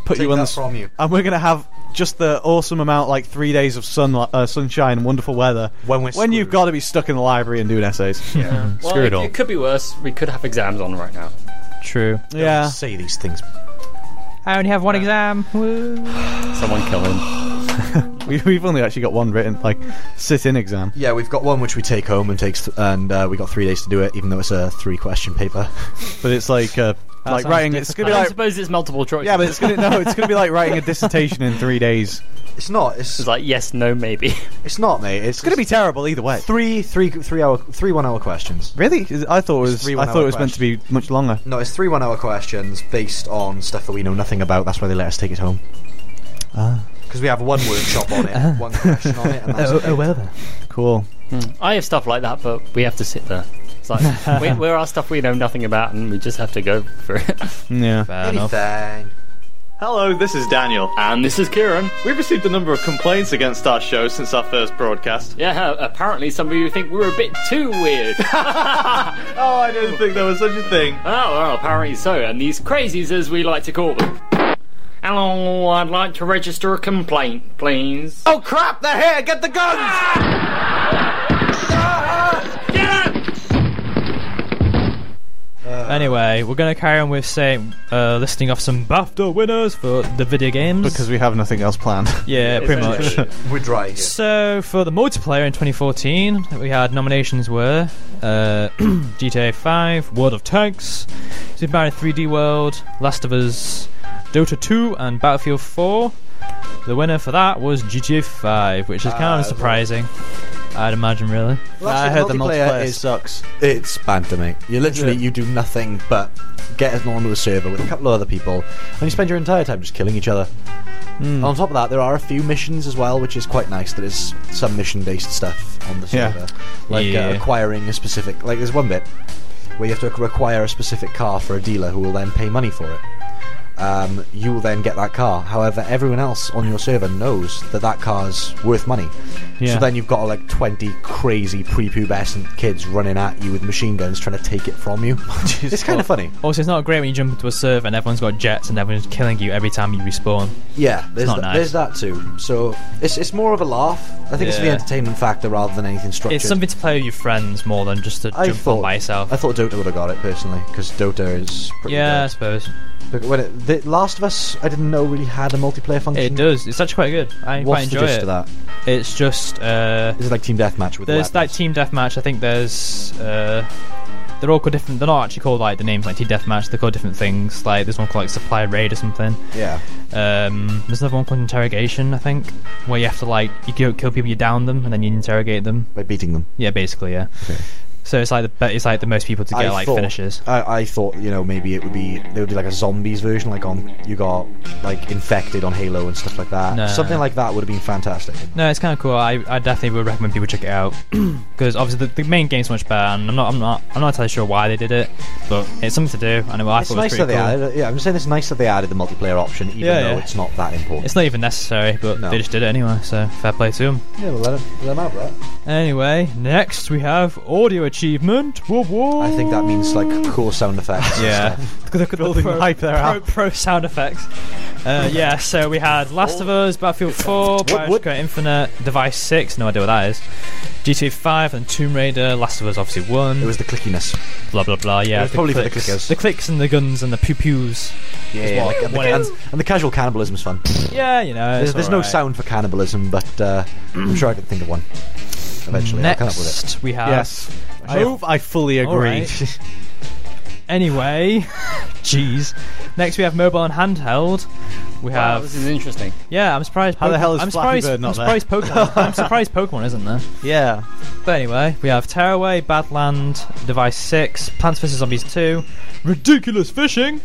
C: put
B: Take
C: you on
B: that
C: the s-
B: from you.
C: and we're going to have just the awesome amount, like three days of sun, uh, sunshine, and wonderful weather.
B: When we're
C: when you've
B: screwed.
C: got to be stuck in the library and doing essays.
B: Yeah.
A: Well,
C: Screw it
A: it,
C: all.
A: it could be worse. We could have exams on right now.
F: True.
C: yeah.
B: Say these things.
F: I only have one exam. Woo.
A: Someone kill him.
C: We, [LAUGHS] we've only actually got one written, like sit-in exam.
B: Yeah, we've got one which we take home and takes, and uh, we got three days to do it, even though it's a three-question paper. [LAUGHS]
C: But it's like, uh, like
F: sounds
C: writing. It's
A: I
C: gonna be
A: don't
C: like,
A: suppose it's multiple choice.
C: yeah, but it's gonna no, it's gonna be like writing a dissertation in three days.
B: it's not. It's
A: it's like yes, no, maybe. [LAUGHS]
B: it's not, mate. It's,
C: It's gonna be terrible either way.
B: three, three, three hour, three one-hour questions.
C: Really? Is- I thought it was.
B: three
C: I thought it was
B: one-hour
C: meant to be much longer.
B: No, it's three one-hour questions based on stuff that we know nothing about. That's why they let us take it home. Because we have one workshop on it, one question on it, and
F: [LAUGHS] Oh,
B: that's it.
C: Oh, well then. Cool.
A: I have stuff like that, but we have to sit there. It's like
C: [LAUGHS]
A: we, we're our stuff we know nothing about, and we just have to go for it. [LAUGHS]
C: Yeah.
F: Fair enough.
B: anything.
K: Hello, this is Daniel.
A: and this is Kieran.
K: We've received a number of complaints against our show since our first broadcast.
A: Yeah, apparently some of you think we're a bit too weird. [LAUGHS]
K: Oh, I didn't think there was such a thing.
A: Oh, well, apparently so, and these crazies, as we like to call them. Hello, I'd like to register a complaint, please. Oh,
K: Crap, they're here! Get the guns!
F: Anyway, we're gonna carry on with saying, uh, listing off some BAFTA winners for the video games.
C: Because we have nothing else planned.
F: yeah, pretty much.
B: We're dry here.
F: So for the multiplayer in 2014, we had nominations were uh, [CLEARS THROAT] GTA 5, World of Tanks, Super Mario 3D World, Last of Us, Dota 2, and Battlefield 4. The winner for that was GTA 5, which is kind of surprising. I'd imagine, really.
B: Uh, Well,
C: I
B: actually,
C: heard the multiplayer
B: is
C: sucks.
B: It's banter, mate. You literally you do nothing but get us onto a server with a couple of other people, and you spend your entire time just killing each other.
C: Hmm.
B: And on top of that, there are a few missions as well, which is quite nice. There is some mission-based stuff on the
C: Yeah.
B: server, like
F: Yeah.
B: uh, acquiring a specific. Like there's one bit where you have to acquire a specific car for a dealer who will then pay money for it. Um, you will then get that car. However, everyone else on your server knows that that car's worth money.
C: Yeah.
B: So then you've got like 20 crazy prepubescent kids running at you with machine guns trying to take it from
F: [LAUGHS]
B: you. [LAUGHS] it's kind of funny.
F: Also, it's not great when you jump into a server and everyone's got jets and everyone's killing you every time you respawn.
B: Yeah, there's,
F: not
B: that,
F: nice.
B: there's that too. So it's, it's more of a laugh. I think it's the
F: Yeah.
B: entertainment factor rather than anything structured.
F: It's something to play with your friends more than just to
B: I
F: jump
B: thought
F: on by yourself.
B: I thought Dota would have got it personally because Dota is pretty
F: yeah, I
B: good.
F: suppose
B: But when it, the Last of Us, I didn't know really had a multiplayer function.
F: it does. It's actually quite good. I
B: What's
F: quite
B: the
F: enjoy
B: gist
F: it.
B: of that?
F: It's just uh,
B: Is it like team deathmatch with
F: there's like
B: weapons?
F: team deathmatch. I think there's uh, they're all called different. They're not actually called like the names like team deathmatch. They're called different things. Like there's one called like supply raid or something.
B: Yeah.
F: Um, there's another one called interrogation. I think where you have to like you go kill people, you down them, and then you interrogate them.
B: By beating them.
F: Yeah, basically, yeah. So it's like the but it's like the most people to get like
B: thought,
F: finishes.
B: I, I thought you know maybe it would be there would be like a zombies version, like on you got like infected on Halo and stuff like that.
F: No.
B: Something like that would have been fantastic.
F: No, it's kind of cool. I, I definitely would recommend people check it out [CLEARS THROAT] because obviously the, the main game's much better, and I'm not I'm not I'm not entirely sure why they did it, but it's something to do. I know I
B: it's
F: thought it
B: nice
F: was
B: that
F: pretty
B: they
F: cool.
B: added. Yeah, I'm just saying it's nice that they added the multiplayer option, even
F: Yeah,
B: though
F: yeah.
B: it's not that important.
F: It's not even necessary, but
B: No.
F: they just did it anyway. So fair play to them.
B: Yeah, well, let them, let them have that.
F: Anyway, next we have audio achievement. Whoa, whoa.
B: I think that means like cool sound effects. and [LAUGHS]
F: Yeah.
B: stuff.
F: Look at all the
B: Building
F: pro,
B: the hype there,
F: pro,
B: Al.
F: pro sound effects.
B: [LAUGHS]
F: Uh, yeah, so we had Last of Us, Battlefield 4, Bioshock Infinite, Device 6, no idea what that is, GTA 5, and Tomb Raider, Last of Us obviously 1. It
B: was the clickiness.
F: Blah, blah, blah, yeah.
B: It was probably for the clickers.
F: The clicks and the guns and the pew pews.
B: Yeah,
F: is
B: yeah,
F: what-
B: like, and, the,
F: what it is.
B: and, and the casual cannibalism's fun.
F: Yeah, you know.
B: There's,
F: it's
B: there's no
F: alright.
B: sound for cannibalism, but uh, I'm sure I can think of one. Eventually, I'll come up with it.
F: Next, we have.
C: [LAUGHS] Yes. I,
F: Oh.
C: I fully
F: All
C: agree.
F: right. anyway, [LAUGHS] jeez. Next, we have mobile and handheld. We
A: Wow,
F: have.
A: this is interesting.
F: Yeah, I'm surprised.
C: How the
F: Poke-
C: hell is
F: I'm
C: Flappy
F: surprised,
C: Bird not
F: I'm
C: there?
F: surprised
B: [LAUGHS]
F: Pokemon. I'm surprised Pokemon isn't there.
C: Yeah.
F: But anyway, we have Tearaway, Badland, Device Six, Plants vs Zombies Two, Ridiculous Fishing,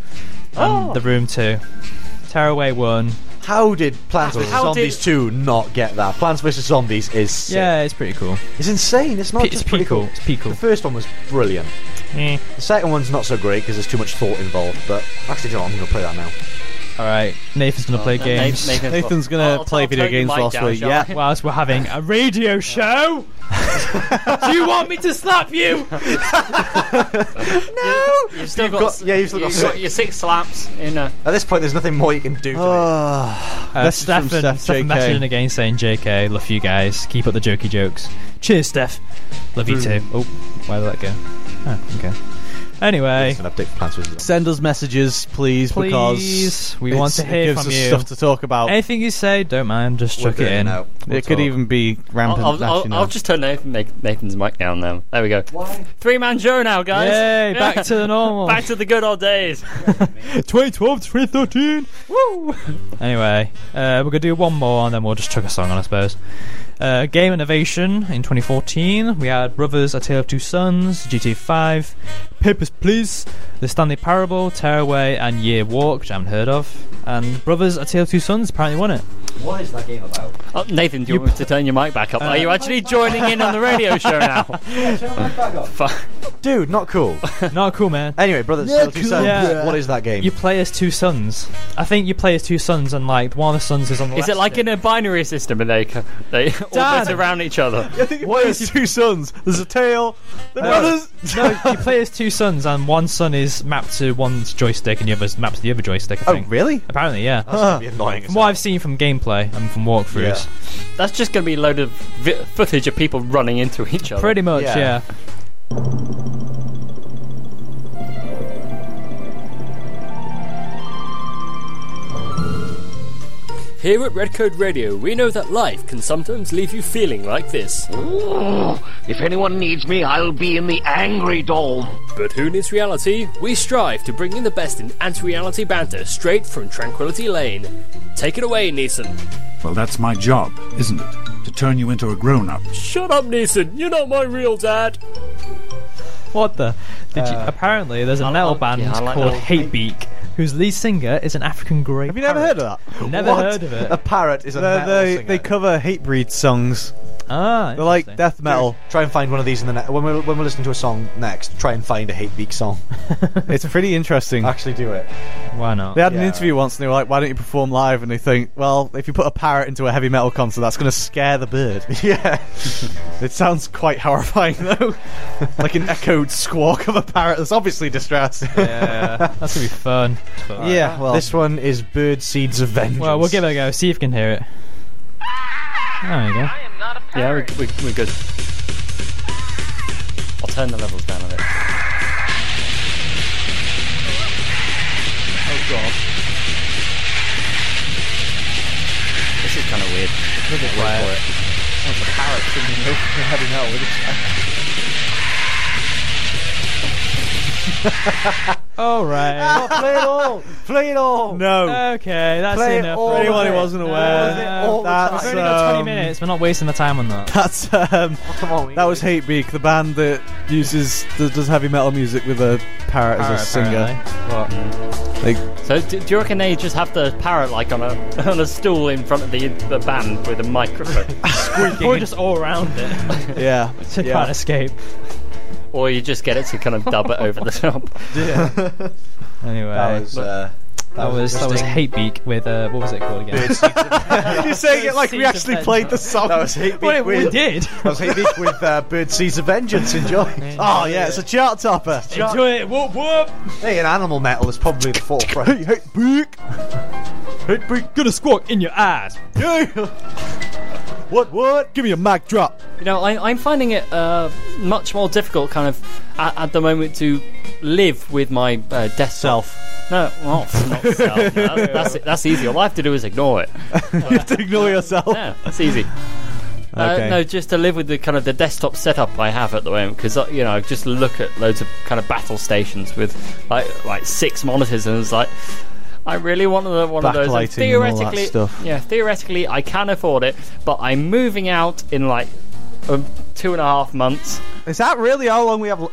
F: and The Room Two. Tearaway One.
B: How did Plants vs
F: How
B: Zombies
F: did-
B: 2 not get that? Plants vs Zombies is sick.
F: Yeah, it's pretty cool.
B: It's insane. It's not
F: It's
B: just pretty
F: peacool.
B: cool.
F: It's peacool.
B: The first one was brilliant.
F: Eh.
B: The second one's not so great because there's too much thought involved. But actually, do you know what? I'm gonna play that now.
F: All right, Nathan's gonna play
A: Nathan-
F: games.
A: Nathan's-
C: Nathan's gonna
A: I'll- I'll
C: play video
A: turn the
C: games
A: mic
C: whilst
A: down,
C: we-
A: shall
C: yeah.
A: I?
F: Whilst we're having a radio show, [LAUGHS] do you want me to
A: [LAUGHS]
F: slap you?
A: You've still got,
B: You've got- yeah, you've still got
A: you've
B: six.
A: your six slaps in a.
B: At this point, there's nothing more you can do. To
F: Uh,
C: Message from
F: Stefan, Stefan
C: Steph JK.
F: messaged in again saying, "JK, love you guys. Keep up the jokey jokes. Cheers, Steph. Love you too." Oh, why did that go? Oh, okay.
B: me.
F: Anyway,
B: It's an update for Plants vs
C: [LAUGHS]
B: Zombies.
C: Send us messages, please,
F: Please,
C: because
F: we
C: it's-
F: want to
C: it
F: hear
C: gives
F: from
C: us
F: you.
C: Stuff to talk about. It
F: anything you say, don't mind. Just
B: We'll
F: chuck
B: do
F: it
B: it
F: in.
B: now. We'll
C: could
B: talk.
C: even be
A: I'll,
C: rampant
A: I'll, I'll,
C: national.
A: I'll just turn Nathan, make Nathan's mic down now. There we go. Three man show now, guys. [LAUGHS]
F: Yay, back to the normal.
A: back to the good old days.
F: 2012 to 2013. Woo! Anyway, uh, we're going to do one more and then we'll just chuck a song on, I suppose. Uh, game Innovation in 2014. We had Brothers, A Tale of Two Sons, GT5, Papers, Please, The Stanley Parable, Tearaway, and Year Walk, which I haven't heard of. And Brothers, A Tale of Two Sons apparently
A: [LAUGHS]
F: won it.
B: What is that game about?
A: Oh, Nathan, do you, Uh, want me to turn your mic back up? Are you actually joining in on the [LAUGHS] radio show now?
B: Dude, not cool.
F: Not cool, man.
B: anyway, brothers, Tale of Two Sons,
F: Yeah.
B: what is that game?
F: You play as two sons. I think you play as two sons, and like one of the sons is on the
A: Is
F: left
A: it like
F: stick.
A: in a binary system and they, co- [LAUGHS] they orbit
F: Dad.
A: around each [LAUGHS] other?
C: What
F: [LAUGHS]
C: is two sons? There's a tail. The brothers.
F: no, you play as two sons, and one son is mapped to one's joystick, and the other's mapped to the other joystick. I
B: oh,
F: think.
B: really?
F: Apparently, yeah.
B: That's gonna be annoying.
F: From what I've seen from gameplay and from walkthroughs,
A: That's just going to be a load of vi- footage of people running into each other.
F: pretty much,
B: Yeah.
F: yeah.
J: Here at Red Code Radio, we know that life can sometimes leave you feeling like this.
L: If anyone needs me, I'll be in the angry dome.
J: But who needs reality? We strive to bring you the best in anti reality banter straight from Tranquility Lane. Take it away, Neeson.
M: Well, that's my job, isn't it? To turn you into a grown up.
J: Shut up, Neeson. You're not my real dad.
F: What the? Did
C: Uh,
F: you, apparently, there's a metal band
A: yeah, I like
F: called
A: metal.
F: Hatebeak, whose lead singer is an African grey.
C: Have you never heard of that?
F: Never
B: What?
F: heard of
C: [LAUGHS]
F: it.
B: A parrot is a
C: They're-
B: metal
C: they
B: singer.
C: they cover hate breed songs.
F: ah,
C: They're like
F: interesting.
C: death metal.
B: Try and find one of these in the ne- when we're when we're listening to a song next. Try and find a hate beak song. [LAUGHS]
C: it's pretty interesting.
B: Actually, do it.
F: Why not?
C: They had
B: Ah, Yeah.
C: an interview once and they were like, why don't you perform live? And they think, well, if you put a parrot into a heavy metal concert, that's going to scare the bird.
B: Yeah.
C: [LAUGHS] it sounds quite horrifying, [LAUGHS] though. like an echoed squawk of a parrot that's obviously distressed.
F: yeah, that's gonna be fun.
C: [LAUGHS] yeah, well.
B: this one is Bird Seeds of Vengeance.
F: Well, we'll give it a go. See if you can hear it. There you go.
A: Yeah, we, we, we're good. I'll turn the levels down a bit. Oh god. This is kind of weird.
B: [LAUGHS] Heavy metal.
F: all right.
C: play it all. Play it all.
F: Uh,
C: No.
F: Okay, that's
C: Oh. Play
F: enough.
C: all
F: for
C: of
F: anyone
C: it.
F: who wasn't
C: All
F: aware.
C: of it, all the
F: that's,
C: time.
F: We've only got 20
C: um,
F: minutes. We're not wasting the time
C: [LAUGHS]
F: on that.
C: That's um, that was Hatebeak, the band that uses that does heavy metal music with a parrot as a
A: Parrot,
C: singer. Like,
A: So do, do you reckon they just have the parrot like on a [LAUGHS] on a stool in front of the the band with a [LAUGHS] microphone, squeaking,
F: or just all around
C: [LAUGHS]
F: it.
C: yeah,
F: to can't escape.
A: or you just get it to kind of dub it over the top?
C: Yeah.
F: Anyway,
C: That was, uh,
F: that, was that was Hatebeak with uh, what was it called again?
C: You're saying it like we actually played the song.
B: That was Hate
F: Well,
B: Beat
F: we
B: with,
F: did.
B: That was Hate Beat with uh, Bird Seeds of Vengeance. Enjoy.
C: Oh yeah, it's a chart topper.
F: Enjoy it. Whoop whoop.
B: Hey, an animal metal is probably the forefront.
C: Hey, Hatebeak.
F: Hatebeak, gonna squawk in your eyes.
C: What what? Give me a mic drop.
A: You know, I, I'm finding it uh, much more difficult, kind of, at, at the moment to live with my uh, death self. No, well, it's not self. No, that's, that's, it- that's easy. All I have to do is ignore it.
C: [LAUGHS] you have to
A: [LAUGHS]
C: ignore yourself.
A: Yeah, that's easy. Uh,
C: Okay.
A: no, just to live with the kind of the desktop setup I have at the moment, because you know, I just look at loads of kind of battle stations with like like six monitors, and it's like I really want the, one of those. And
C: Backlighting and all that
A: theoretically,
C: stuff.
A: yeah, theoretically I can afford it, but I'm moving out in like um, two and a half months.
C: Is that really how long we have? l-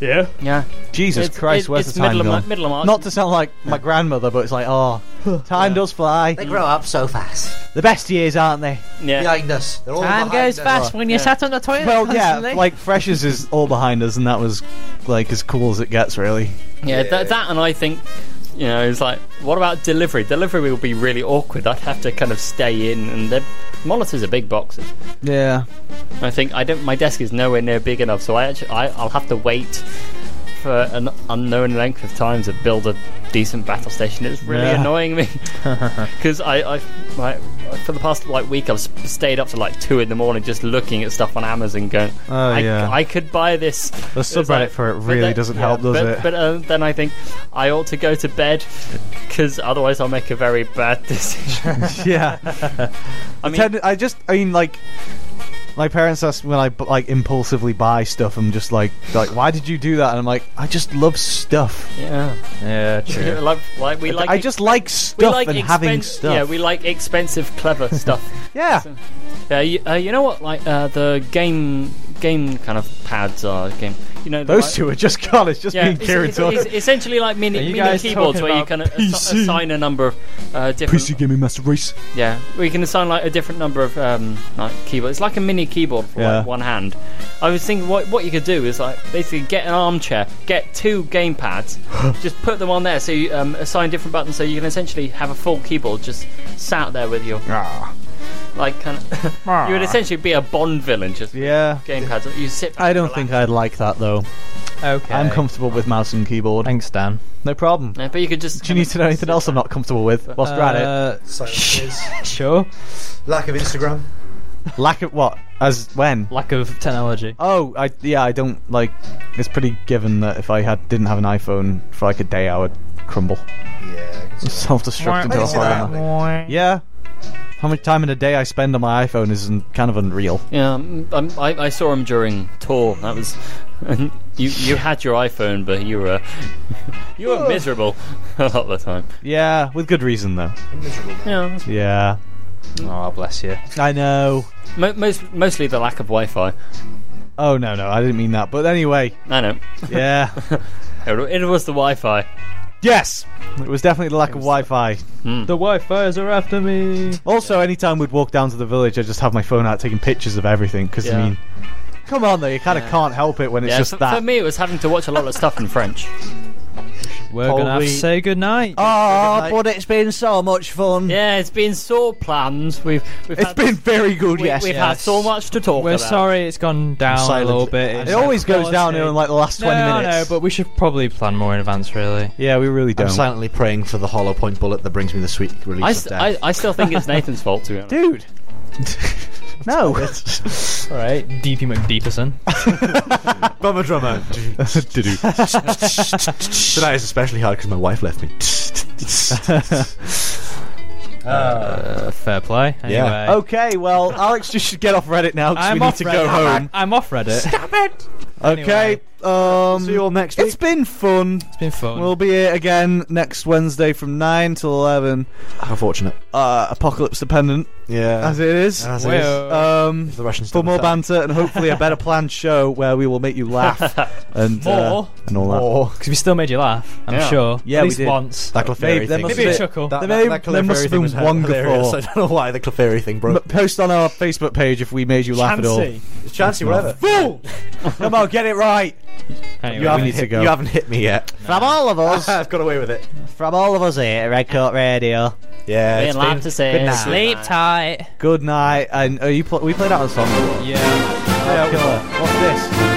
A: Yeah, yeah.
C: Jesus
A: It's-
C: Christ,
A: it-
C: where's
A: it's
C: the time
A: middle of
C: gone?
A: Mar- middle of March.
C: Not to sound like my grandmother, but it's like, [LAUGHS] oh, time does fly. They
B: grow up so fast.
C: The best years, aren't they?
A: Yeah.
B: Behind us. They're all
N: Time
B: behind
N: goes
B: us.
N: fast when you're sat on the toilet.
C: Well, yeah,
N: constantly.
C: like Freshers is all behind us, and that was like as cool as it gets, really.
A: Yeah, That, that and I think, you know, it's like, what about delivery? Delivery will be really awkward. I'd have to kind of stay in, and the monitors are big boxes.
C: Yeah.
A: I think I don't. My desk is nowhere near big enough, so I actually I, I'll have to wait for an unknown length of time to build a decent battle station. It's really
F: Yeah.
A: annoying
C: [LAUGHS]
A: me because I, I my, for the past like week I've s- stayed up to like two in the morning just looking at stuff on Amazon, going,
C: Oh,
A: I,
C: yeah.
A: I could buy this.
C: The
A: It's
C: subreddit for it
A: but
C: really doesn't help, does
A: but,
C: it?
A: But uh, then I think I ought to go to bed because otherwise I'll make a very bad [LAUGHS]
C: [LAUGHS]
A: decision.
C: [LAUGHS] yeah.
A: I
C: I
A: mean-
C: mean, I just, I mean, like, my parents ask when I bu- like impulsively buy stuff. I'm just like, like, why did you do that? And I'm like, I just love stuff.
A: yeah.
F: Yeah, true.
A: [LAUGHS] like, like we like
C: I just like
A: we
C: stuff
A: like
C: and
A: expen-
C: having stuff.
A: Yeah, we like expensive, clever stuff.
C: [LAUGHS] Yeah.
A: Uh, you, uh, you know what? Like uh, the game, game kind of pads are game. You know the
C: Those
A: like-
C: two are just [LAUGHS] gone. It's just
A: [LAUGHS] Yeah,
C: me and
A: it's,
C: Kieran
A: it's- it's
C: talking.
A: essentially like mini,
F: Are you
A: mini
F: guys
A: keyboards
F: talking
A: where you
F: about
A: can assi-
F: PC?
A: assign a number of uh, different.
M: PC gaming master race.
A: Yeah, we can assign like a different number of um, like keyboards. It's like a mini keyboard for
C: Yeah.
A: like, one hand. I was thinking what what you could do is like basically get an armchair, get two game
C: [LAUGHS]
A: pads, just put them on there so you um, assign different buttons so you can essentially have a full keyboard just sat there with your
C: Ah.
A: like kind of [LAUGHS] you would essentially be a Bond villain just with
C: Yeah.
A: game pads. You sit. back
C: I
A: and
C: don't think I'd like that though.
F: Okay.
C: I'm comfortable with mouse and keyboard.
F: Thanks, Dan.
C: No problem.
A: relax. Yeah, but you could just.
C: Do you need to know anything else I'm not comfortable with? Whilst we're at
F: Uh,
B: Silence.
F: sure.
B: Lack of Instagram.
C: it, lack of what? As when?
F: Lack of technology.
C: Oh, I yeah, I don't like. It's pretty given that if I had didn't have an iPhone for like a day, I would crumble, [LAUGHS]
B: Yeah.
C: self-destruct into a
B: see
C: fire.
B: that
C: Yeah. How much time in a day I spend on my iPhone is un- kind of unreal.
A: Yeah, um, um, I, I saw him during tour. That was you. You had your iPhone, but you were [LAUGHS] you
C: Oh.
A: were miserable [LAUGHS] a lot of the time.
C: Yeah, with good reason though.
A: Yeah,
C: Yeah.
F: Oh, bless you.
C: I know.
A: Mo- most mostly the lack of Wi-Fi.
C: Oh no, no, I didn't mean that. But anyway,
A: I know.
C: yeah.
A: It, it was the Wi-Fi.
C: yes. It was definitely the lack of Wi-Fi.
F: The Wi-Fi's are after me.
C: Also, anytime we'd walk down to the village, I'd just have my phone out taking pictures of everything. Because
A: Yeah.
C: I mean, come on though, you kind of
A: Yeah.
C: can't help it when it's
A: yeah,
C: just
A: for,
C: that.
A: for me, it was having to watch a lot of stuff in French.
F: We're gonna have to
C: Probably-
F: say goodnight.
C: Oh, but it's been so much fun.
A: Yeah, it's been so planned. We've we've
C: It's
A: had,
C: been very good,
A: Uh, we,
C: yes.
A: we've had
F: yes.
A: so much to talk
F: We're
A: about.
F: sorry it's gone down
C: Silence.
F: a little bit.
C: It
F: It's-
C: always goes
F: Quality.
C: down in like the last 20
F: no,
C: minutes.
F: No, but we should probably plan more in advance, really.
C: yeah, we really
B: I'm
C: don't.
B: silently praying for the hollow point bullet that brings me the sweet release
A: I,
B: of
A: st-
B: death.
A: I, I still think it's Nathan's fault to be honest.
C: [LAUGHS] Dude. no.
F: All right, DP [LAUGHS] McDeeperson.
B: Bummer drummer. [LAUGHS] Tonight is especially hard because my wife left [LAUGHS] me.
F: Uh, fair play. Anyway.
B: Yeah.
C: Okay, well, Alex just should get off Reddit now because
F: I'm
C: we need
F: off
C: to
F: Reddit.
C: go home.
F: I'm off Reddit.
C: Okay,
F: Anyway.
C: Um, See
B: you all next
C: It's been fun. It's
F: been fun.
C: We'll be here again next Wednesday from 9 till 11.
B: How fortunate.
C: Uh, apocalypse dependent.
B: Yeah.
C: As it is.
B: As it is. Well.
F: Uh,
C: Um,
B: If the Russians
C: for
B: don't
C: more
B: attack.
C: banter and hopefully a better planned show where we will make you [LAUGHS] laugh. and, uh,
F: More?
C: and all that.
B: More.
F: Because we still made you laugh, I'm
C: Yeah.
F: sure.
C: Yeah,
F: At
C: we
F: least
C: did.
F: once.
B: That Clefairy
F: maybe,
B: thing.
F: maybe a chuckle.
B: That,
C: There
B: that,
C: may-
B: that
C: there must
B: Clefairy
C: have
B: thing
C: been
B: was
C: one
B: hilarious.
C: before.
B: I don't know why the Clefairy thing broke.
C: M- Post on our Facebook page if we made you laugh at all.
B: Chancy. It's Chancy, whatever.
C: Fool! Come on, get it right.
F: Anyway,
B: you,
C: we
B: haven't
C: need to
B: hit,
C: go.
B: you haven't hit me yet.
I: From all of us,
B: [LAUGHS] I've got away with it.
I: from all of us here at Red Coat Radio.
B: Yeah. it's been- good night.
A: tight.
C: uh, Good night. And are you pl- we played out a song.
F: Yeah.
C: What's this?